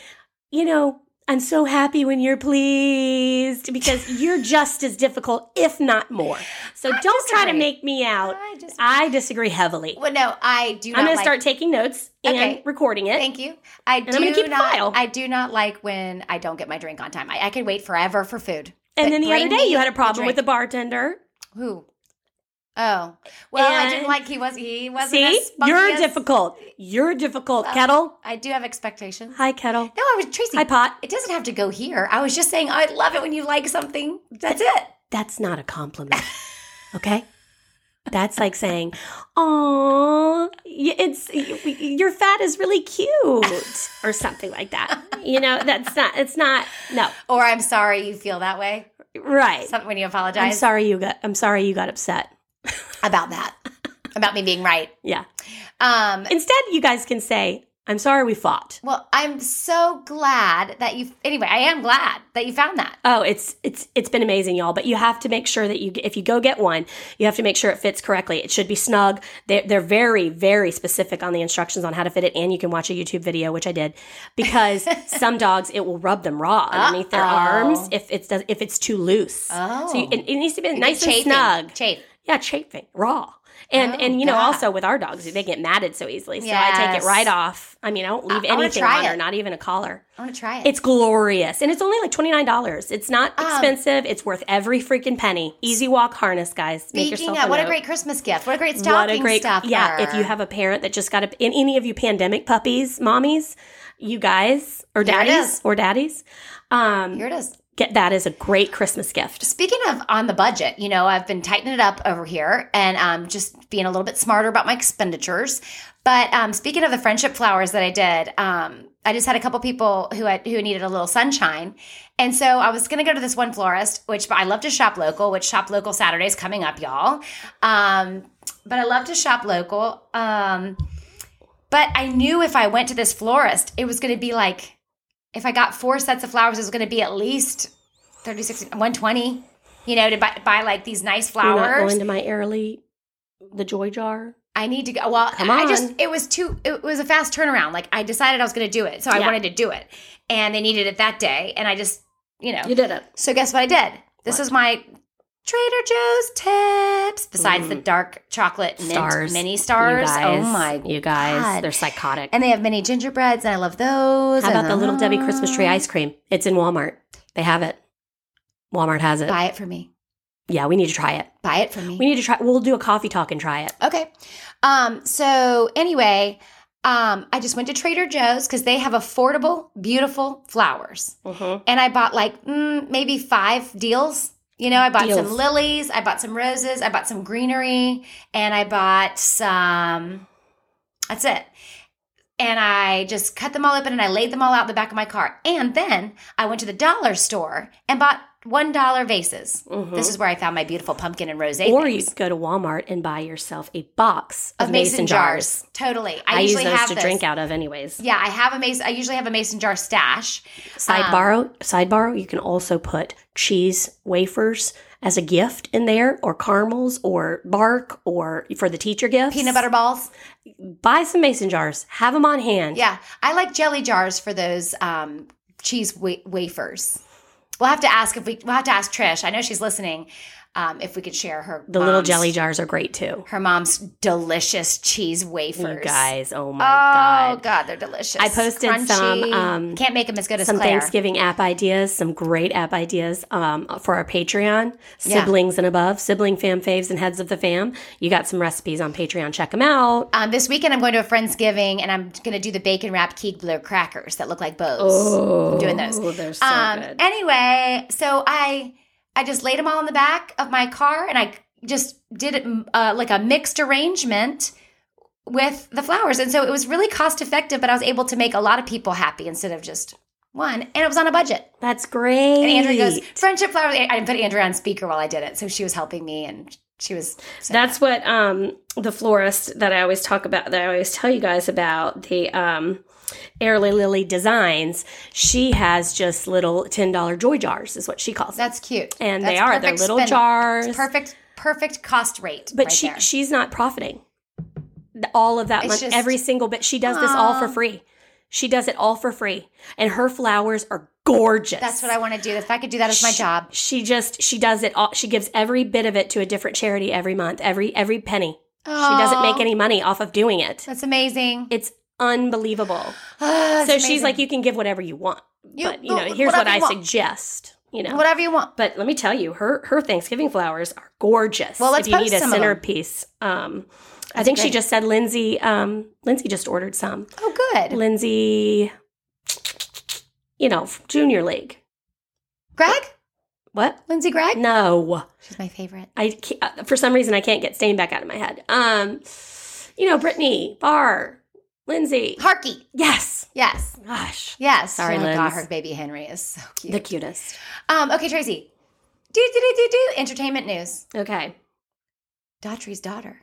C: you know, I'm so happy when you're pleased because you're just as difficult, if not more. So don't try to
B: disagree.
C: make me out.
B: I disagree.
C: I disagree heavily.
B: Well, no, I do not
C: I'm going to
B: like-
C: start taking notes and
B: Okay.
C: recording it.
B: Thank you. I do
C: I'm gonna keep a
B: not.
C: file.
B: I do not like when I don't get my drink on time. I, I can wait forever for food. But
C: and then the other
B: bring me
C: day, you had a problem with the
B: drink.
C: bartender.
B: who? Oh, well, I didn't
C: And-
B: like he was. He wasn't.
C: See,
B: as spunky
C: you're
B: as-
C: difficult. You're difficult, Kettle.
B: I do have expectations.
C: Hi, Kettle.
B: No, I was Tracy.
C: Hi, Pot.
B: It doesn't have to go here. I was just saying I love it when you like something. That's it.
C: that's not a compliment. Okay? That's like saying, "Aw, y- it's y- y- your fat is really cute," or something like that. You know, that's not. It's not. No,
B: Or I'm sorry you feel that way.
C: right.
B: Something when you
C: I'm
B: apologize
C: sorry you got. I'm sorry you got upset.
B: about that. about me being right.
C: Yeah.
B: Um
C: Instead, you guys can say, "I'm sorry we fought."
B: well, I'm so glad that you anyway, I am glad that you found that.
C: Oh, it's it's it's been amazing, y'all. But you have to make sure that you if you go get one, you have to make sure it fits correctly. It should be snug. They're, they're very very specific on the instructions on how to fit it, and you can watch a YouTube video, which I did,
B: (laughs)
C: because some dogs it will rub them raw underneath their
B: Uh-oh.
C: arms if it's does- if it's too loose. so you,
B: Oh.
C: it, it needs to be nice and
B: Chafing.
C: snug.
B: Chafe.
C: Yeah, chafing raw. And
B: Oh,
C: and you know
B: God.
C: also with our dogs they get matted so easily, so I take
B: Yes.
C: it right off. I mean I don't leave
B: I wanna
C: anything
B: try
C: on her,
B: it.
C: not even a collar.
B: I want to try it.
C: It's glorious. And it's only like $29. It's not
B: Um,
C: expensive. it's worth every freaking penny. Easy walk harness, guys. Make
B: Speaking
C: yourself
B: of,
C: a
B: what a
C: note.
B: great Christmas gift. What a great stocking
C: What a great
B: stuffer.
C: Yeah, if you have a parent that just got a in any of you pandemic puppies, mommies, you guys or
B: There it
C: daddies
B: is.
C: or daddies. Um,
B: Here it is.
C: get that as a great Christmas gift.
B: Speaking of on the budget, you know, I've been tightening it up over here and um, just being a little bit smarter about my expenditures. But um, speaking of the friendship flowers that I did, um, I just had a couple people who had, who needed a little sunshine, and so I was going to go to this one florist, which I love to shop local. Which shop local Saturday's coming up, y'all. Um, but I love to shop local. Um, but I knew if I went to this florist, it was going to be like if I got four sets of flowers, it was going to be at least 30, 60, 120, you know, to buy, buy like these nice
C: You're not
B: flowers.
C: going to my early, the joy jar.
B: I need to go. Well,
C: Come
B: I just,
C: on.
B: it was too, it was a fast turnaround. Like I decided I was going to do it. So I
C: Yeah.
B: wanted to do it. And they needed it that day. And I just, you know.
C: You did it.
B: So guess what I did? This
C: What?
B: is my Trader Joe's tips. Besides the dark chocolate mint
C: Mm. Stars.
B: mini
C: You
B: stars.
C: guys,
B: oh my.
C: You guys,
B: God.
C: they're psychotic.
B: And they have mini gingerbreads and I love those.
C: How about
B: And,
C: the little Debbie
B: uh, (gasps)
C: Christmas tree ice cream? It's in Walmart. They have it. Walmart has it.
B: Buy it for me.
C: Yeah, we need to try it.
B: Buy it for me.
C: We need to try. We'll do a coffee talk and try it.
B: Okay. Um, so anyway, um, I just went to Trader Joe's because they have affordable, beautiful flowers.
C: Mm-hmm.
B: And I bought like mm, maybe five deals. You know, I bought
C: Deals.
B: some lilies, I bought some roses, I bought some greenery, and I bought some. That's it. And I just cut them all open and I laid them all out in the back of my car. And then I went to the dollar store and bought $1 vases. This is where I found my beautiful pumpkin and rose.
C: or
B: things
C: you could go to Walmart and buy yourself a box of,
B: of mason jars. Totally. I,
C: I, use
B: usually
C: those
B: have
C: to
B: this.
C: drink out of, anyways.
B: Yeah, I have a mason. I usually have a mason jar stash.
C: Side
B: um,
C: borrow, side borrow. You can also put cheese wafers as a gift in there, or caramels, or bark, or for the teacher gifts.
B: Peanut butter balls.
C: Buy some mason jars. Have them on hand.
B: Yeah, I like jelly jars for those um, cheese wa- wafers. We'll have to ask if we. We'll have to ask Trish. I know she's listening. Um, if we could share her
C: The little
B: mom's-
C: jelly jars are great too.
B: her mom's delicious cheese wafers.
C: You guys, oh my
B: Oh
C: god.
B: God, they're delicious.
C: I posted some,
B: Crunchy.
C: um,
B: Can't make them as good as
C: Some
B: Claire.
C: Thanksgiving app ideas, some great app ideas um, for our Patreon,
B: Yeah.
C: siblings and above, sibling fam faves and heads of the fam. You got some recipes on Patreon. Check them out.
B: Um, this weekend, I'm going to a Friendsgiving, and I'm going to do the bacon wrapped Keebler crackers that look like bows.
C: Oh,
B: doing those. Um,
C: They're so good.
B: Anyway, so I I just laid them all in the back of my car, and I just did it uh, like a mixed arrangement with the flowers, and so it was really cost effective. But I was able to make a lot of people happy instead of just one, and it was on a budget.
C: That's great.
B: And Andrew goes friendship flowers. I didn't put Andrew on speaker while I did it, so she was helping me, and she was so
C: That's what um, the florist that I always talk about, that I always tell you guys about, the um, Airly Lily Designs. She has just little $10 joy jars, is what she calls them.
B: that's cute,
C: And
B: That's
C: they are. They're
B: perfect
C: little
B: spin-
C: jars.
B: perfect, perfect cost rate.
C: But
B: right
C: she
B: there.
C: she's not profiting The- all of that
B: It's
C: money,
B: just-
C: every single bit. She does this all for free. She does it all for free. And her flowers are gorgeous.
B: that's what I want to do. If I could do that as my job,
C: She just she does it all she gives every bit of it to a different charity every month, every every penny. She doesn't make
B: Aw.
C: any money off of doing it.
B: That's amazing.
C: It's unbelievable.
B: Ah,
C: so
B: that's
C: she's
B: amazing.
C: like, you can give whatever you want,
B: You-
C: but you know,
B: wh-
C: here's
B: whatever
C: what I
B: you want.
C: suggest. You know,
B: whatever you want.
C: but let me tell you, her her Thanksgiving flowers are gorgeous.
B: Well, let's
C: if you
B: post
C: need a
B: some of them.
C: centerpiece, um, I think she
B: great.
C: just said Lindsay. Um, Lindsay just ordered some.
B: Oh, good.
C: Lindsay, you know, junior league.
B: Greg?
C: What?
B: Lindsay Greg?
C: No,
B: She's my favorite.
C: I can't, uh, for some reason I can't get Stain back out of my head. Um, you know, Brittany Barr, Lindsay.
B: Harky.
C: Yes,
B: Yes.
C: gosh,
B: Yes.
C: Sorry,
B: oh my God,
C: Linz.
B: her baby Henry is so cute.
C: the cutest.
B: um, okay, Tracy. Do do do do do entertainment news.
C: Okay, (gasps)
B: Daughtry's daughter.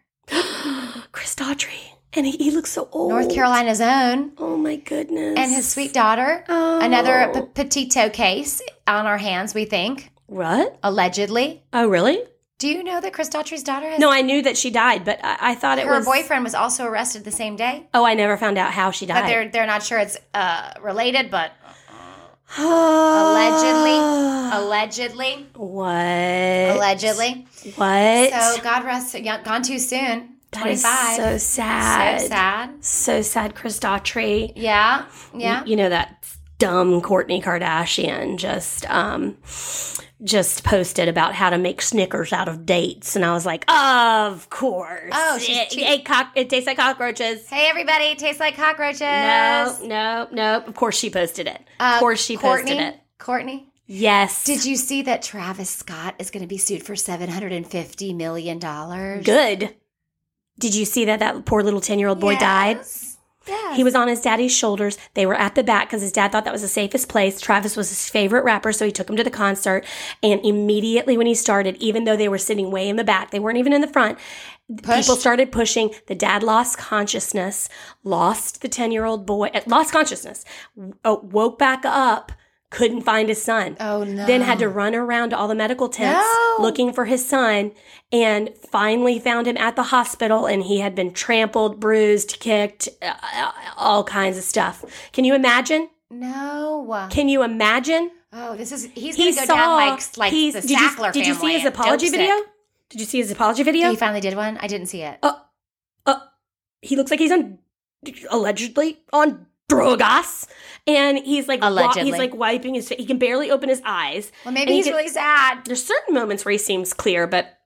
C: Chris Daughtry, and he, he looks so old.
B: North Carolina's own.
C: Oh my goodness.
B: And his sweet daughter.
C: Oh.
B: Another p- petito case on our hands, we think.
C: What?
B: Allegedly.
C: Oh, really?
B: Do you know that Chris Daughtry's daughter has
C: No, I knew that she died, but I, I thought it
B: her
C: was.
B: boyfriend was also arrested the same day?
C: Oh, I never found out how she
B: But (gasps)
C: died.
B: they're they're not sure it's uh, related,
C: (gasps)
B: but allegedly.
C: What?
B: Allegedly.
C: What?
B: So God rest, young, gone too soon.
C: That is
B: 25.
C: so sad.
B: So sad.
C: So sad, Chris Daughtry.
B: Yeah. Yeah.
C: You know that dumb Courtney Kardashian just um just posted about how to make Snickers out of dates, and I was like, of course.
B: Oh, she's
C: it,
B: cheap.
C: it cock- it tastes like cockroaches.
B: Hey, everybody, tastes like cockroaches.
C: No, no, no. Of course she posted it. of course she
B: Uh, Courtney,
C: posted it.
B: Courtney,
C: Yes.
B: did you see that Travis Scott is going to be sued for $750 million?
C: good. Did you see that that poor little 10 year old boy died?
B: Yes.
C: He was on his daddy's shoulders. They were at the back because his dad thought that was the safest place. Travis was his favorite rapper, so he took him to the concert. And immediately when he started, even though they were sitting way in the back, they weren't even in the front,
B: Pushed.
C: people started pushing. The dad lost consciousness, lost the 10 year old boy, uh, lost consciousness, w- uh, woke back up. Couldn't find his son.
B: Oh, no.
C: Then had to run around to all the medical tents
B: No.
C: looking for his son, and finally found him at the hospital. And he had been trampled, bruised, kicked, uh, all kinds of stuff. Can you imagine?
B: No.
C: Can you imagine?
B: Oh, this is he's
C: He
B: going to go down like like
C: he's-
B: the
C: did you,
B: Sackler
C: did you
B: family
C: see his
B: and
C: apology
B: dope sick.
C: video? Did you see his apology video?
B: He finally did one. I didn't see it.
C: he looks like he's on allegedly on drogas and he's like wa-
B: Allegedly.
C: he's like wiping his face he can barely open his eyes
B: Well,
C: And
B: maybe
C: he
B: he's
C: get-
B: really sad.
C: there's certain moments where he seems clear but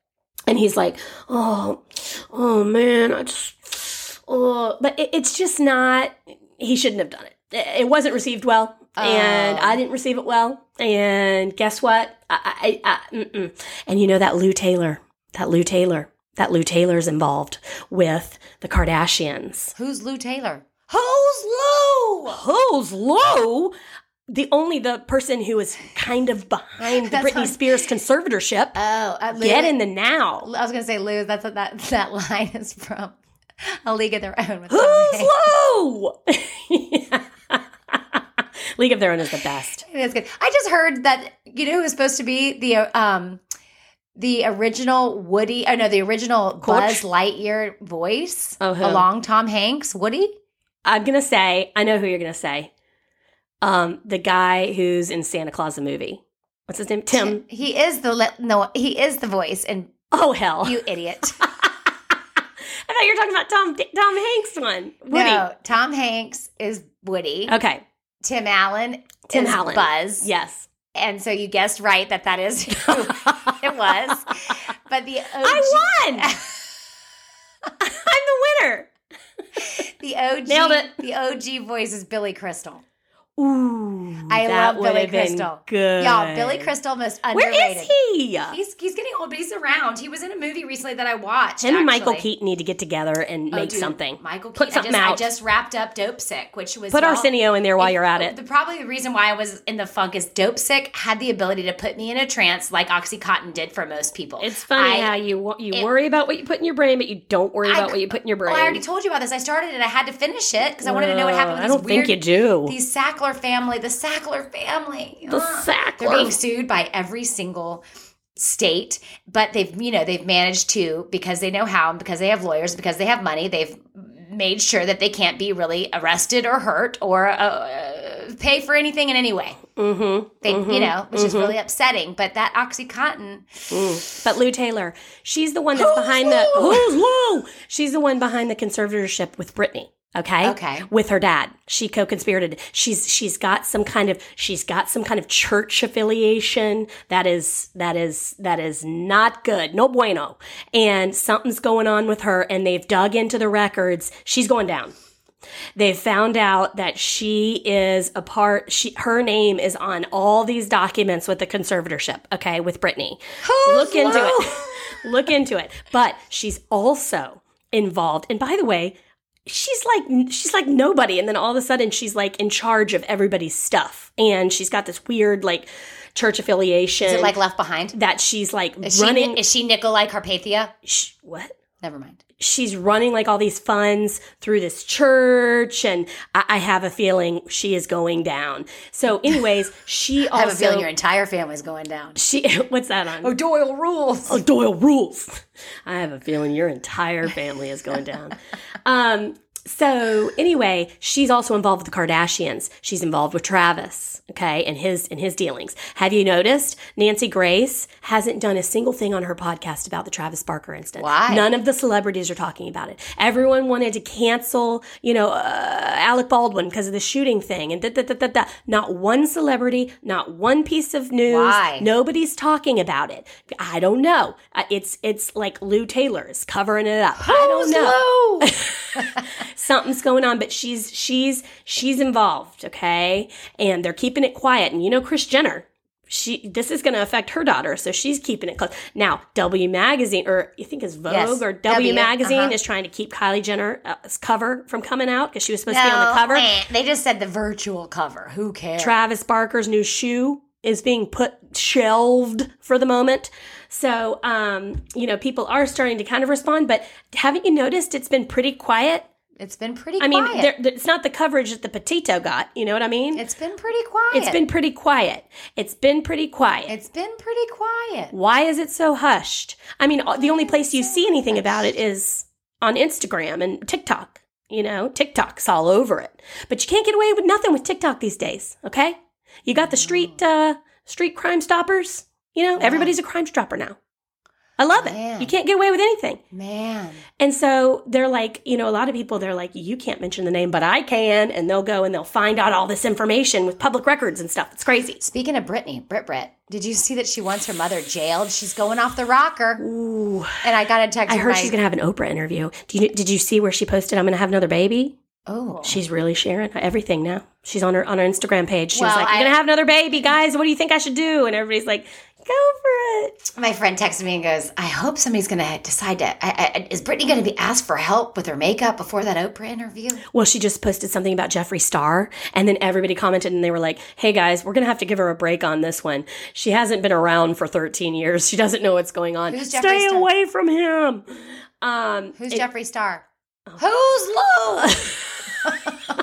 C: and he's like oh oh man i just oh but it, it's just not he shouldn't have done it it it wasn't received well and
B: Oh.
C: i didn't receive it well and guess what i i, I mm-mm. and you know that lou taylor that lou taylor that lou taylor's involved with the kardashians
B: Who's Lou Taylor? Who's Lou?
C: Hose low. The only the person who is kind of behind the
B: That's
C: Britney
B: what-
C: Spears conservatorship.
B: Oh, uh, Lou,
C: Get in
B: (laughs)
C: the now.
B: I was gonna say Lou. That's what that (laughs) that line is from. (laughs) A League of Their Own. With Tom
C: Who's
B: Hanks. (laughs)
C: low? League of Their Own is the best.
B: That's good. I just heard that you know who was supposed to be the uh, um the original Woody. Oh no, the original Buzz Lightyear voice
C: Oh, who?
B: along Tom Hanks. Woody.
C: I'm gonna say I know who you're gonna say. Um, the guy who's in Santa Claus the movie. What's his name? Tim.
B: He is the le- no. He is the voice, and
C: Oh hell!
B: you idiot.
C: (laughs) I thought you were talking about Tom Tom Hanks one. Woody.
B: No, Tom Hanks is Woody.
C: Okay.
B: Tim Allen
C: Tim
B: is
C: Allen.
B: Buzz.
C: Yes.
B: And so you guessed right that that
C: (laughs)
B: is who it was. But the OG,
C: I won. I'm the winner.
B: (laughs) the OG
C: Nailed it.
B: the OG voice is Billy Crystal.
C: Ooh,
B: I
C: that
B: love Billy
C: would've been
B: Crystal.
C: Good.
B: Y'all, Billy Crystal most
C: Where
B: underrated.
C: is he?
B: He's he's getting old, but he's around. He was in a movie recently that I watched.
C: Him and Michael
B: actually.
C: Keaton need to get together and
B: Oh,
C: make
B: dude,
C: something.
B: Michael Keaton.
C: Put something
B: I just,
C: out.
B: I just wrapped up Dope Sick, which was
C: Put
B: well-
C: Arsenio in there while
B: If-
C: you're at it.
B: The, probably the reason why I was in the funk is Dope Sick had the ability to put me in a trance like Oxycontin did for most people.
C: It's funny
B: I,
C: how you wa- you
B: it-
C: worry about what you put in your brain, but you don't worry
B: I-
C: about what you put in your brain.
B: Well, Oh, I already told you about this. I started it. I had to finish it because I wanted to know what happened with
C: Uh, I
B: these
C: don't think
B: weird-
C: you do.
B: These Sackler family, the Sackler family.
C: the
B: Ugh.
C: sack.
B: They're being sued by every single state, but they've you know they've managed to because they know how and because they have lawyers because they have money. They've made sure that they can't be really arrested or hurt or uh, pay for anything in any way.
C: mm-hmm.
B: They you know which is really upsetting. But that OxyContin,
C: But Lou Taylor, she's the one that's behind the
B: Lou?
C: who's Lou. She's the one behind the conservatorship with Britney. Okay.
B: Okay.
C: With her dad, she co-conspirated. She's she's got some kind of she's got some kind of church affiliation that is that is that is not good. No bueno. And something's going on with her, and they've dug into the records. She's going down they found out that she is a part she her name is on all these documents with the conservatorship okay with brittany look into it (laughs) look into it but she's also involved and by the way she's like she's like nobody and then all of a sudden she's like in charge of everybody's stuff and she's got this weird like church affiliation
B: is it like Left Behind?
C: that she's like
B: Is she,
C: running
B: is she Nicole like Carpathia?
C: sh- what
B: Never mind.
C: she's running like all these funds through this church and I, I have a feeling she is going down. So anyways, she
B: (laughs)
C: also
B: I have a feeling your entire family's going down.
C: she (laughs) what's that on?
B: Oh, Doyle rules. (laughs)
C: Oh, Doyle rules. I have a feeling your entire family is going down. Um, So anyway, she's also involved with the Kardashians. She's involved with Travis, okay, and his and his dealings. Have you noticed Nancy Grace hasn't done a single thing on her podcast about the Travis Barker incident?
B: Why?
C: None of the celebrities are talking about it. Everyone wanted to cancel, you know, uh, Alec Baldwin because of the shooting thing, and da, da, da, da, da. not one celebrity, not one piece of news.
B: Why?
C: Nobody's talking about it. I don't know. Uh, It's it's like Lou Taylor's covering it up. I don't know
B: (laughs)
C: something's going on but she's she's she's involved okay and they're keeping it quiet and you know chris jenner she this is going to affect her daughter so she's keeping it close now w magazine or you think it's vogue
B: Yes,
C: or w,
B: W,
C: magazine
B: uh-huh.
C: is trying to keep kylie jenner's cover from coming out because she was supposed to be on the cover
B: eh, They just said the virtual cover. Who cares?
C: Travis Barker's new shoe is being put shelved for the moment. So, um, you know, people are starting to kind of respond, but haven't you noticed it's been pretty quiet?
B: it's been pretty
C: I mean,
B: quiet.
C: there, there- it's not the coverage that the Petito got. You know what I mean?
B: it's been pretty quiet.
C: it's been pretty quiet. It's been pretty quiet.
B: It's been pretty quiet.
C: Why is it so hushed? I mean, uh, the only place you see anything about it is on Instagram and TikTok. You know, TikTok's all over it. But you can't get away with nothing with TikTok these days, okay? You got the street uh, street crime stoppers. You know, everybody's a crime stopper now. I love it.
B: Man.
C: You can't get away with anything.
B: Man.
C: And so they're like, you know, a lot of people, they're like, you can't mention the name, but I can. And they'll go and they'll find out all this information with public records and stuff. It's crazy.
B: Speaking of Brittany, Brit Brit, did you see that she wants her mother jailed? She's going off the rocker. Ooh. And I got a text.
C: I
B: from
C: heard
B: my-
C: she's going to have an Oprah interview. Do you, did you see where she posted, I'm going to have another baby?
B: Oh.
C: She's really sharing everything now. She's on her on her Instagram page. She was
B: Well,
C: like, I'm
B: I-
C: going to have another baby, guys. What do you think I should do? And everybody's like, go for it.
B: My friend texted me and goes, I hope somebody's going to decide to. I, I, is Brittany going to be asked for help with her makeup before that Oprah interview?
C: Well, she just posted something about Jeffree Star, and then everybody commented and they were like, hey guys, we're going to have to give her a break on this one. She hasn't been around for 13 years. She doesn't know what's going on.
B: Who's
C: Stay
B: Jeffree Star?
C: away from him. Um,
B: Who's Jeffree Star?
C: Oh. (laughs)
B: Who's Lou?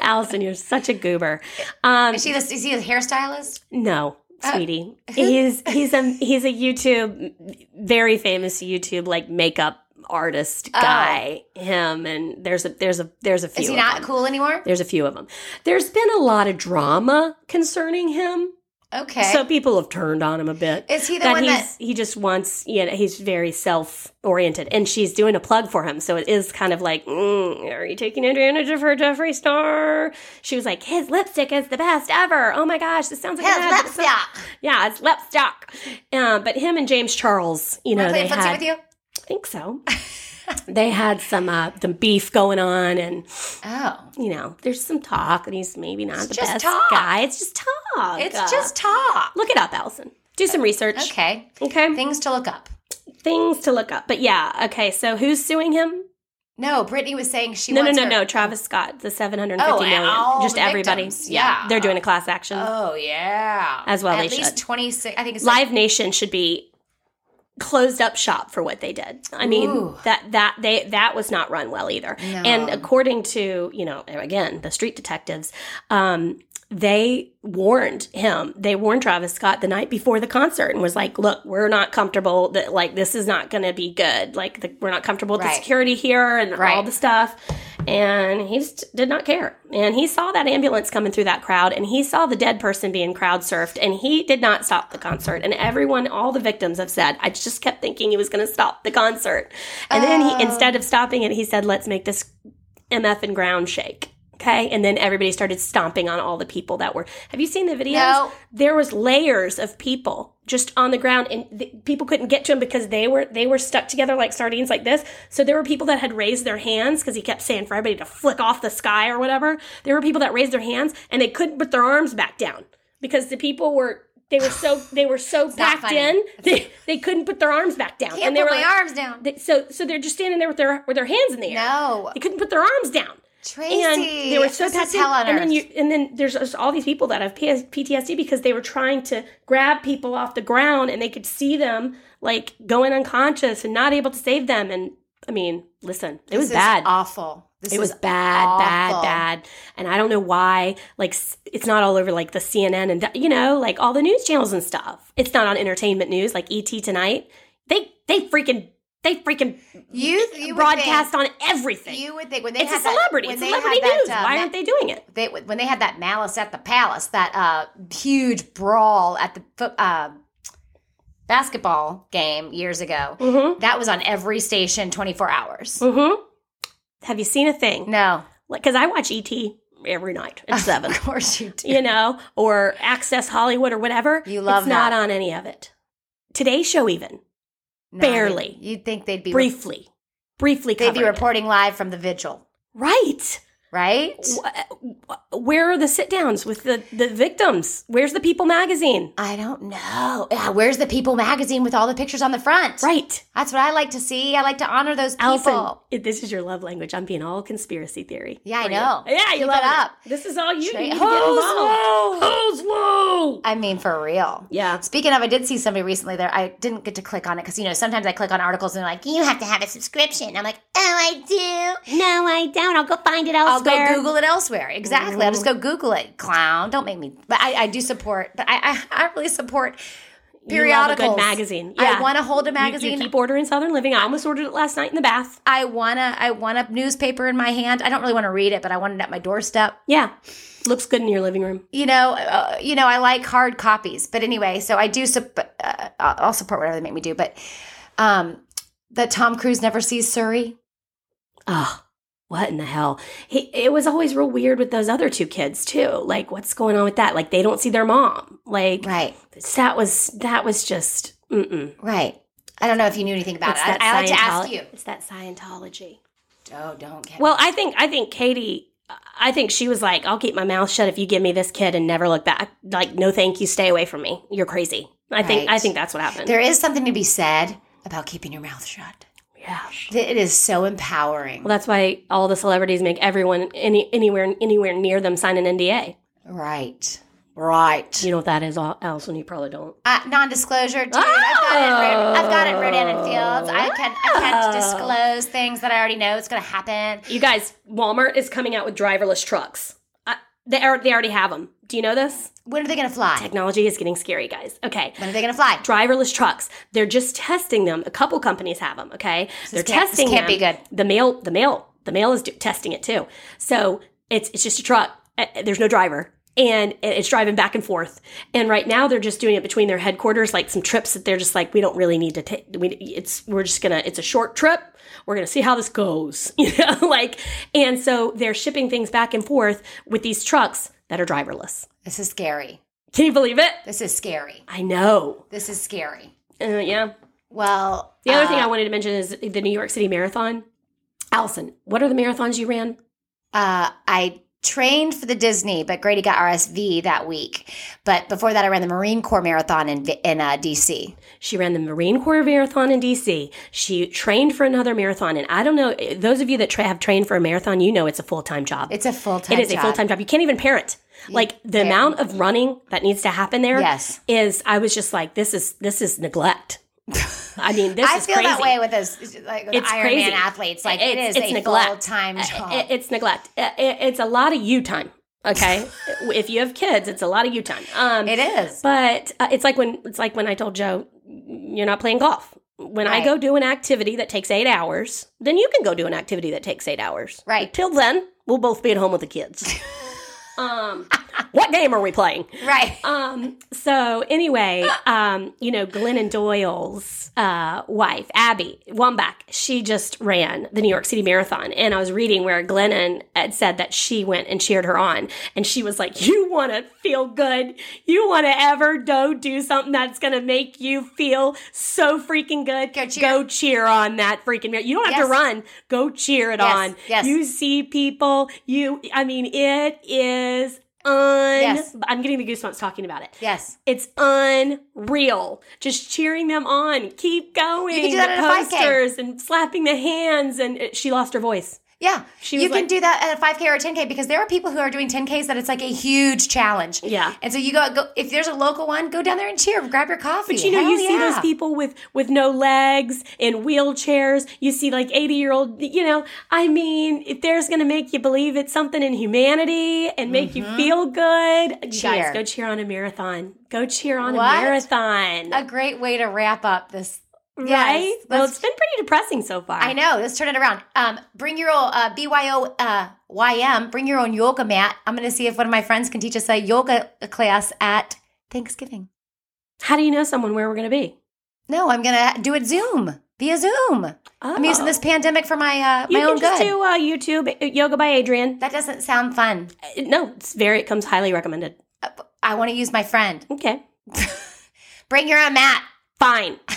C: Allison, you're such a goober. Um,
B: Is, she the, is he a hairstylist?
C: no,
B: Uh, (laughs)
C: sweetie. he's he's a he's a YouTube very famous YouTube like makeup artist guy. Him and there's a there's a there's a few.
B: Oh. Is he
C: of
B: not
C: them.
B: cool anymore?
C: There's a few of them. There's been a lot of drama concerning him.
B: Okay.
C: So people have turned on him a bit.
B: Is he the
C: that
B: one that-
C: he's, he just wants? You know, he's very self oriented, and she's doing a plug for him. So it is kind of like, mm, are you taking advantage of her, Jeffree Star? She was like, his lipstick is the best ever. Oh my gosh, this sounds like
B: His
C: an ad, but it's not-
B: lipstick.
C: Yeah, it's lipstick. Um, but him and James Charles, you know,
B: Wanna
C: they
B: play footsie
C: had.
B: with you?
C: I
B: (laughs)
C: think so. they had some uh, the beef going on, and
B: Oh.
C: you know, there's some talk, and he's maybe not the
B: just
C: best
B: talk.
C: guy. It's just talk.
B: It's
C: Uh,
B: just talk.
C: look it up, Allison. Do some research.
B: Okay.
C: Okay.
B: Things to look up.
C: Things to look up. But yeah, okay. So who's suing him?
B: No, Brittany was saying she
C: No, no,
B: wants
C: no,
B: her-
C: no. Travis Scott, the seven hundred
B: Oh,
C: fifty
B: and
C: million.
B: all
C: Just
B: the
C: everybody.
B: victims.
C: Yeah.
B: Yeah.
C: They're doing a class action.
B: Oh yeah.
C: As well
B: At
C: they
B: least
C: should.
B: twenty six I think it's
C: Live Nation should be closed up shop for what they did. I mean,
B: Ooh.
C: that that they that was not run well either. And according to, you know, again, the street detectives, um they warned him. They warned Travis Scott the night before the concert and was like, "Look, we're not comfortable. That like this is not going to be good. Like the, we're not comfortable with the
B: Right.
C: security here and all
B: Right.
C: the stuff." And he just did not care. And he saw that ambulance coming through that crowd, and he saw the dead person being crowd surfed, and he did not stop the concert. And everyone, all the victims, have said, "I just kept thinking he was going to stop the concert." And then he, instead of stopping it, he said, "Let's make this MF and ground shake. Okay. And then everybody started stomping on all the people that were. Have you seen the videos?
B: No.
C: There was layers of people just on the ground and th- people couldn't get to him because they were they were stuck together like sardines like this. So there were people that had raised their hands because he kept saying for everybody to flick off the sky or whatever. There were people that raised their hands and they couldn't put their arms back down because the people were they were so they were so
B: not
C: packed
B: funny.
C: in (laughs) they, they couldn't put their arms back down
B: can't
C: and they
B: put
C: were
B: my
C: like-
B: arms down.
C: they- so so they're just standing there with their with their hands in the air
B: No.
C: they couldn't put their arms down.
B: Tracy,
C: and they were so
B: this
C: packed
B: is hell
C: in.
B: on
C: and
B: earth.
C: then you, and then there's just all these people that have PS PTSD because they were trying to grab people off the ground and they could see them like going unconscious and not able to save them. And I mean, listen, it was
B: This is
C: bad.
B: awful. This
C: It
B: is
C: was bad,
B: awful.
C: bad, bad. And I don't know why, like, s- it's not all over, like, the CNN and, th- you know, like, E all the news channels and stuff. It's not on entertainment news, like ET Tonight. They, they freaking They freaking
B: You, you would
C: broadcast
B: think,
C: on everything.
B: You would think when they
C: it's a
B: had that-
C: celebrity.
B: when
C: It's
B: they
C: celebrity
B: had that,
C: news.
B: uh,
C: Why
B: ma-
C: aren't they doing it?
B: they when they had that malice at the palace, that uh, huge brawl at the fo- uh, basketball game years ago,
C: Mm-hmm.
B: that was on every station twenty four hours.
C: Mm-hmm. Have you seen a thing?
B: No,
C: Because I watch ET every night
B: (laughs)
C: at seven.
B: of course you
C: (laughs)
B: do.
C: you know, or Access Hollywood or whatever.
B: You love
C: it's not
B: that.
C: on any of it. Today's show, even
B: No,
C: Barely.
B: you'd- You'd think they'd be
C: briefly, briefly
B: they'd be
C: covering it.
B: reporting live from the vigil,
C: Right.
B: right?
C: Wh- Where are the sit downs with the, the victims? Where's the People magazine?
B: I don't know. Yeah, where's the People magazine with all the pictures on the front?
C: Right.
B: That's what I like to see. I like to honor those people.
C: Allison, it- this is your love language. I'm being all conspiracy theory.
B: Yeah, I
C: for you.
B: know.
C: Yeah, you
B: Keep
C: love
B: it up.
C: This is all you,
B: Tra-
C: you need to get
B: Hose
C: involved. Hose low.
B: I mean, for real.
C: Yeah.
B: Speaking of, I did see somebody recently there. I didn't get to click on it because, you know, sometimes I click on articles and they're like, you have to have a subscription. I'm like, oh, I do.
C: No, I don't. I'll go find it
B: I'll
C: elsewhere.
B: go Google it elsewhere. Exactly. I'll just go Google it, clown. Don't make me. But I, I do support, but I, I, I really support
C: You love a
B: periodicals.
C: good magazine.
B: I want to hold a
C: You-
B: magazine.
C: You, keep ordering Southern Living. I almost ordered it last night in the bath.
B: I want to, I want a newspaper in my hand. I don't really want to read it, but I want it at my doorstep.
C: Yeah, looks good in your living room.
B: you know, uh, you know, I like hard copies. But anyway, so I do. Sup- uh, I'll I'll support whatever they make me do. But um, that Tom Cruise never sees Surrey.
C: Oh, what in the hell? He, it was always real weird with those other two kids too. Like, what's going on with that? Like, they don't see their mom. Like,
B: Right,
C: that was that was just. Mm-mm.
B: right. I don't know if you knew anything about
C: It's
B: it.
C: that
B: I, I like to ask
C: Scientolo-
B: you.
C: It's that Scientology.
B: Oh, don't get
C: Well, I think I think Katie. I think she was like, "I'll keep my mouth shut if you give me this kid and never look back. Like, no, thank you. Stay away from me. You're crazy." I think
B: Right.
C: I think that's what happened.
B: There is something to be said about keeping your mouth shut.
C: yeah.
B: It is so empowering,
C: Well, that's why all the celebrities make everyone any anywhere anywhere near them sign an NDA.
B: right? Right.
C: You know what that is, Al- Allison? You probably don't.
B: Uh, non-disclosure, dude. I've got it. writ- I've got it written in fields. I can. I can't
C: Oh.
B: disclose things that I already know it's going to happen.
C: You guys, Walmart is coming out with driverless trucks. I, they are, they already have them. Do you know this?
B: When are they going to fly?
C: Technology is getting scary, guys. Okay.
B: When are they going to fly?
C: Driverless trucks. They're just testing them. A couple companies have them. Okay, they're
B: can't- this
C: testing.
B: can't be
C: them.
B: good.
C: The mail, the mail, the mail is do- testing it too. So it's it's just a truck. Uh, uh, There's no driver, and it- it's driving back and forth. And right now they're just doing it between their headquarters, like some trips that they're just like we don't really need to take. We it's we're just gonna it's a short trip. We're gonna see how this goes, (laughs) you know. Like and so they're shipping things back and forth with these trucks that are driverless.
B: This is scary.
C: Can you believe it?
B: This is scary.
C: I know.
B: This is scary.
C: Uh, yeah.
B: Well,
C: The other
B: uh,
C: thing I wanted to mention is the New York City Marathon. Allison, what are the marathons you ran?
B: uh, I trained for the Disney, but Grady got RSV that week. But before that, I ran the Marine Corps Marathon in Vi- in uh, DC.
C: She ran the Marine Corps Marathon in DC. She trained for another marathon. And I don't know, those of you that tra- have trained for a marathon, you know it's a full time job.
B: It's a full time.
C: It is a full time job. You can't even parent. Like the amount of running that needs to happen there is.
B: Yes.
C: I was just like, this is this is
B: (laughs)
C: neglect. I mean, this
B: I
C: is
B: feel
C: crazy. Uh,
B: that way with those like with
C: It's
B: Ironman
C: crazy.
B: athletes. Like it is a full time job.
C: I- I- it's neglect. I- I- it's a lot of you time. Okay, (laughs) if you have kids, it's a lot of you time. Um,
B: it is.
C: but uh, it's like when it's like when I told Joe, you're not playing golf. When I
B: Right.
C: go do an activity that takes eight hours, then you can go do an activity that takes eight hours.
B: Right.
C: Till then, we'll both be at home with the (laughs) kids. um, what game are we playing?
B: right.
C: Um, so anyway, um, you know, Glennon Doyle's uh, wife, Abby Wambach, she just ran the New York City Marathon. And I was reading where Glennon had said that she went and cheered her on. And she was like, You want to feel good? You want to ever go do something that's going to make you feel so freaking good?
B: Go cheer.
C: Go cheer on that freaking marathon. You don't have
B: Yes.
C: to run. Go cheer it
B: Yes,
C: on.
B: yes.
C: You see people. You, I mean, it is un.
B: Yes.
C: I'm getting the goosebumps talking about it.
B: yes.
C: It's unreal. Just cheering them on. Keep going.
B: You can do that
C: the
B: at a 5K.
C: posters and slapping the hands. And it- she lost her voice.
B: Yeah.
C: She
B: you
C: was
B: can
C: like-
B: do that at a 5K or a 10K because there are people who are doing 10Ks that it's like a huge challenge.
C: Yeah.
B: And so you go, go if there's a local one, go down there and cheer, grab your coffee.
C: But you know,
B: Hell
C: you see
B: yeah.
C: those people with with no legs in wheelchairs. You see like eighty year old. You know, I mean, if there's going to make you believe it's something in humanity and make you feel good, you
B: Mm-hmm. Cheer.
C: guys go cheer on a marathon. Go cheer on
B: What?
C: a marathon.
B: A great way to wrap up this
C: Right?
B: Yes,
C: well,
B: let's-
C: it's been pretty depressing so far.
B: I know. Let's turn it around. Um, bring your old uh, BYO uh, YM. Bring your own yoga mat. I'm going to see if one of my friends can teach us a yoga class at Thanksgiving.
C: How do you know someone where we're going to be?
B: No, I'm going to do it Zoom via Zoom. I'm using
C: Oh.
B: this pandemic for my uh, my
C: you
B: own
C: can just
B: good.
C: do uh, YouTube uh, yoga by Adrian.
B: that doesn't sound fun.
C: Uh, No, it's very. It comes highly recommended.
B: I want to use my friend.
C: Okay,
B: Bring your own mat.
C: fine. (laughs)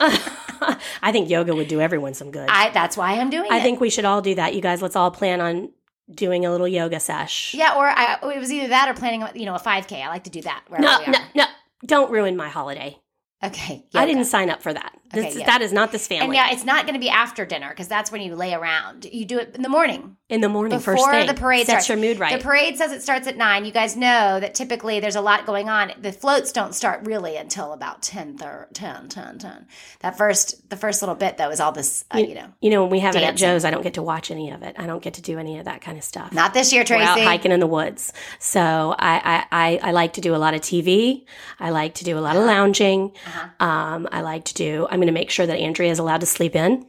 C: I think yoga would do everyone some good.
B: I. That's why I'm doing
C: I
B: it.
C: think we should all do that, you guys. Let's all plan on doing a little yoga sesh.
B: Yeah, or I, oh, it was either that or planning, you know, a 5K. I like to do that. Wherever
C: No,
B: we are.
C: no, no. Don't ruin my holiday.
B: Okay.
C: I
B: yoga.
C: didn't sign up for that. This,
B: Okay, yeah.
C: That is not this
B: And
C: family.
B: yeah, it's not going to be after dinner because that's when you lay around. You do it in the morning.
C: In the morning,
B: before
C: first thing.
B: the parade
C: Set
B: starts.
C: your mood right.
B: The parade says it starts at nine. You guys know that typically there's a lot going on. The floats don't start really until about 10, thir- 10, 10, 10. That first, the first little bit though is all this, uh, you know,
C: you know, when we have it at
B: Dancing.
C: Joe's, I don't get to watch any of it. I don't get to do any of that kind of stuff.
B: not this year,
C: We're
B: Tracy.
C: out hiking in the woods. So I, I, I, I like to do a lot of TV. I like to do a
B: Uh-huh.
C: lot of lounging. Um, I like to do, I'm going to make sure that Andrea is allowed to sleep in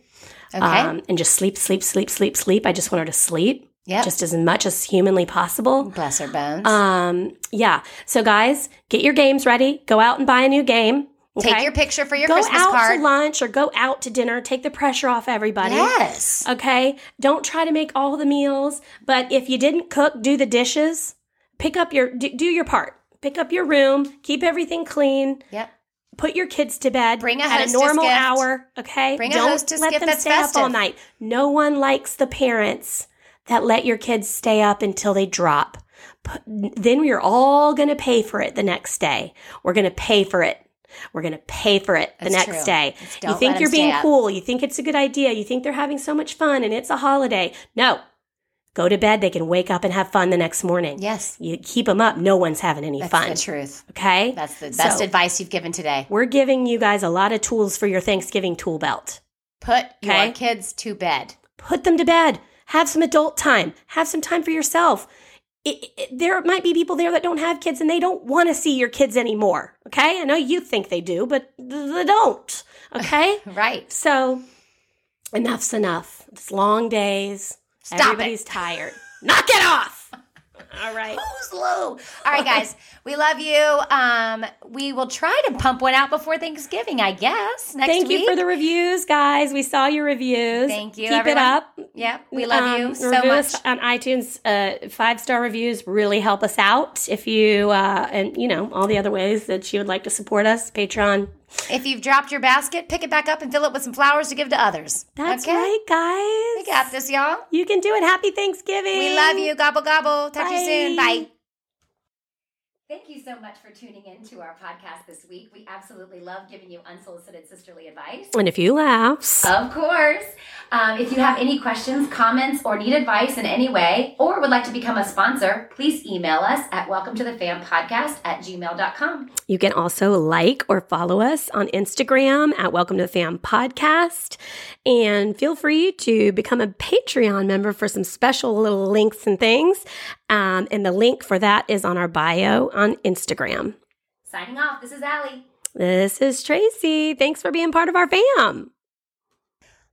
B: Okay.
C: um, and just sleep, sleep, sleep, sleep, sleep. I just want her to sleep
B: yep.
C: just as much as humanly possible.
B: Bless her bones.
C: Um, yeah. So guys, get your games ready. Go out and buy a new game.
B: Take
C: okay?
B: your picture for your
C: go
B: Christmas
C: out
B: card.
C: to lunch or go out to dinner. Take the pressure off everybody.
B: Yes.
C: Okay. Don't try to make all the meals, but if you didn't cook, do the dishes. Pick up your do, do your part. Pick up your room. Keep everything clean.
B: Yep.
C: Put your kids to bed
B: Bring a
C: at a
B: hostess
C: normal
B: gift.
C: hour. Okay.
B: Bring a
C: Don't
B: hostess
C: let
B: gift
C: them
B: that's
C: stay up all
B: festive.
C: night. No one likes the parents that let your kids stay up until they drop. Put, then we're all going to pay for it the next day. We're going to pay for it. We're going to pay for it the
B: That's
C: next
B: true.
C: day.
B: It's
C: You
B: don't
C: think
B: let
C: you're
B: 'em stay
C: being
B: up.
C: cool. You think it's a good idea. You think they're having so much fun and it's a holiday. No. Go to bed. They can wake up and have fun the next morning.
B: Yes.
C: You keep them up. No one's having any
B: That's
C: fun.
B: the truth.
C: Okay.
B: That's the best
C: So-
B: advice you've given today.
C: We're giving you guys a lot of tools for your Thanksgiving tool belt.
B: Put
C: Okay.
B: your kids to bed.
C: Put them to bed. Have some adult time. Have some time for yourself. It, it- there might be people there that don't have kids and they don't want to see your kids anymore. Okay. I know you think they do, but th-
B: (laughs)
C: they don't. Okay.
B: Right.
C: so enough's enough. It's long days.
B: Stop it.
C: Everybody's tired. Knock
B: (laughs)
C: it off. All right.
B: Who's low? All right,
C: (laughs)
B: guys. We love you. Um, we will try to pump one out before Thanksgiving, I guess. Next
C: Thank
B: week.
C: you for the reviews, guys. We saw your reviews.
B: Thank you,
C: Keep
B: everyone.
C: it up.
B: Yeah, we love
C: Um,
B: you so
C: review
B: much.
C: us on iTunes. Uh, five star reviews really help us out. If you uh, and you know all the other ways that you would like to support us, Patreon.
B: If you've dropped your basket, pick it back up and fill it with some flowers to give to others.
C: That's
B: okay?
C: right, guys.
B: We got this, y'all.
C: You can do it. Happy Thanksgiving.
B: We love you. Gobble gobble. Talk to you soon.
C: Bye.
B: Bye. Thank you so much for tuning in to our podcast this week. We absolutely love giving you unsolicited sisterly advice.
C: And if you laughs,
B: Of course. Um, if you have any questions, comments, or need advice in any way, or would like to become a sponsor, please email us at welcome to the fam podcast at gmail.com.
C: you can also like or follow us on Instagram at Welcome to the Fam Podcast, and feel free to become a Patreon member for some special little links and things. Um, and the link for that is on our bio on Instagram.
B: Signing off, this is Allie.
C: This is Tracy. Thanks for being part of our fam.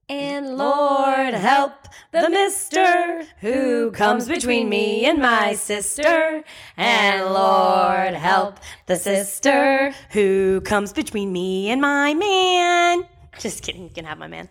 A: And (laughs) Lord help the mister who comes between me and my sister. And Lord help the sister
C: Who comes between me and my man? Just kidding. You can have my man.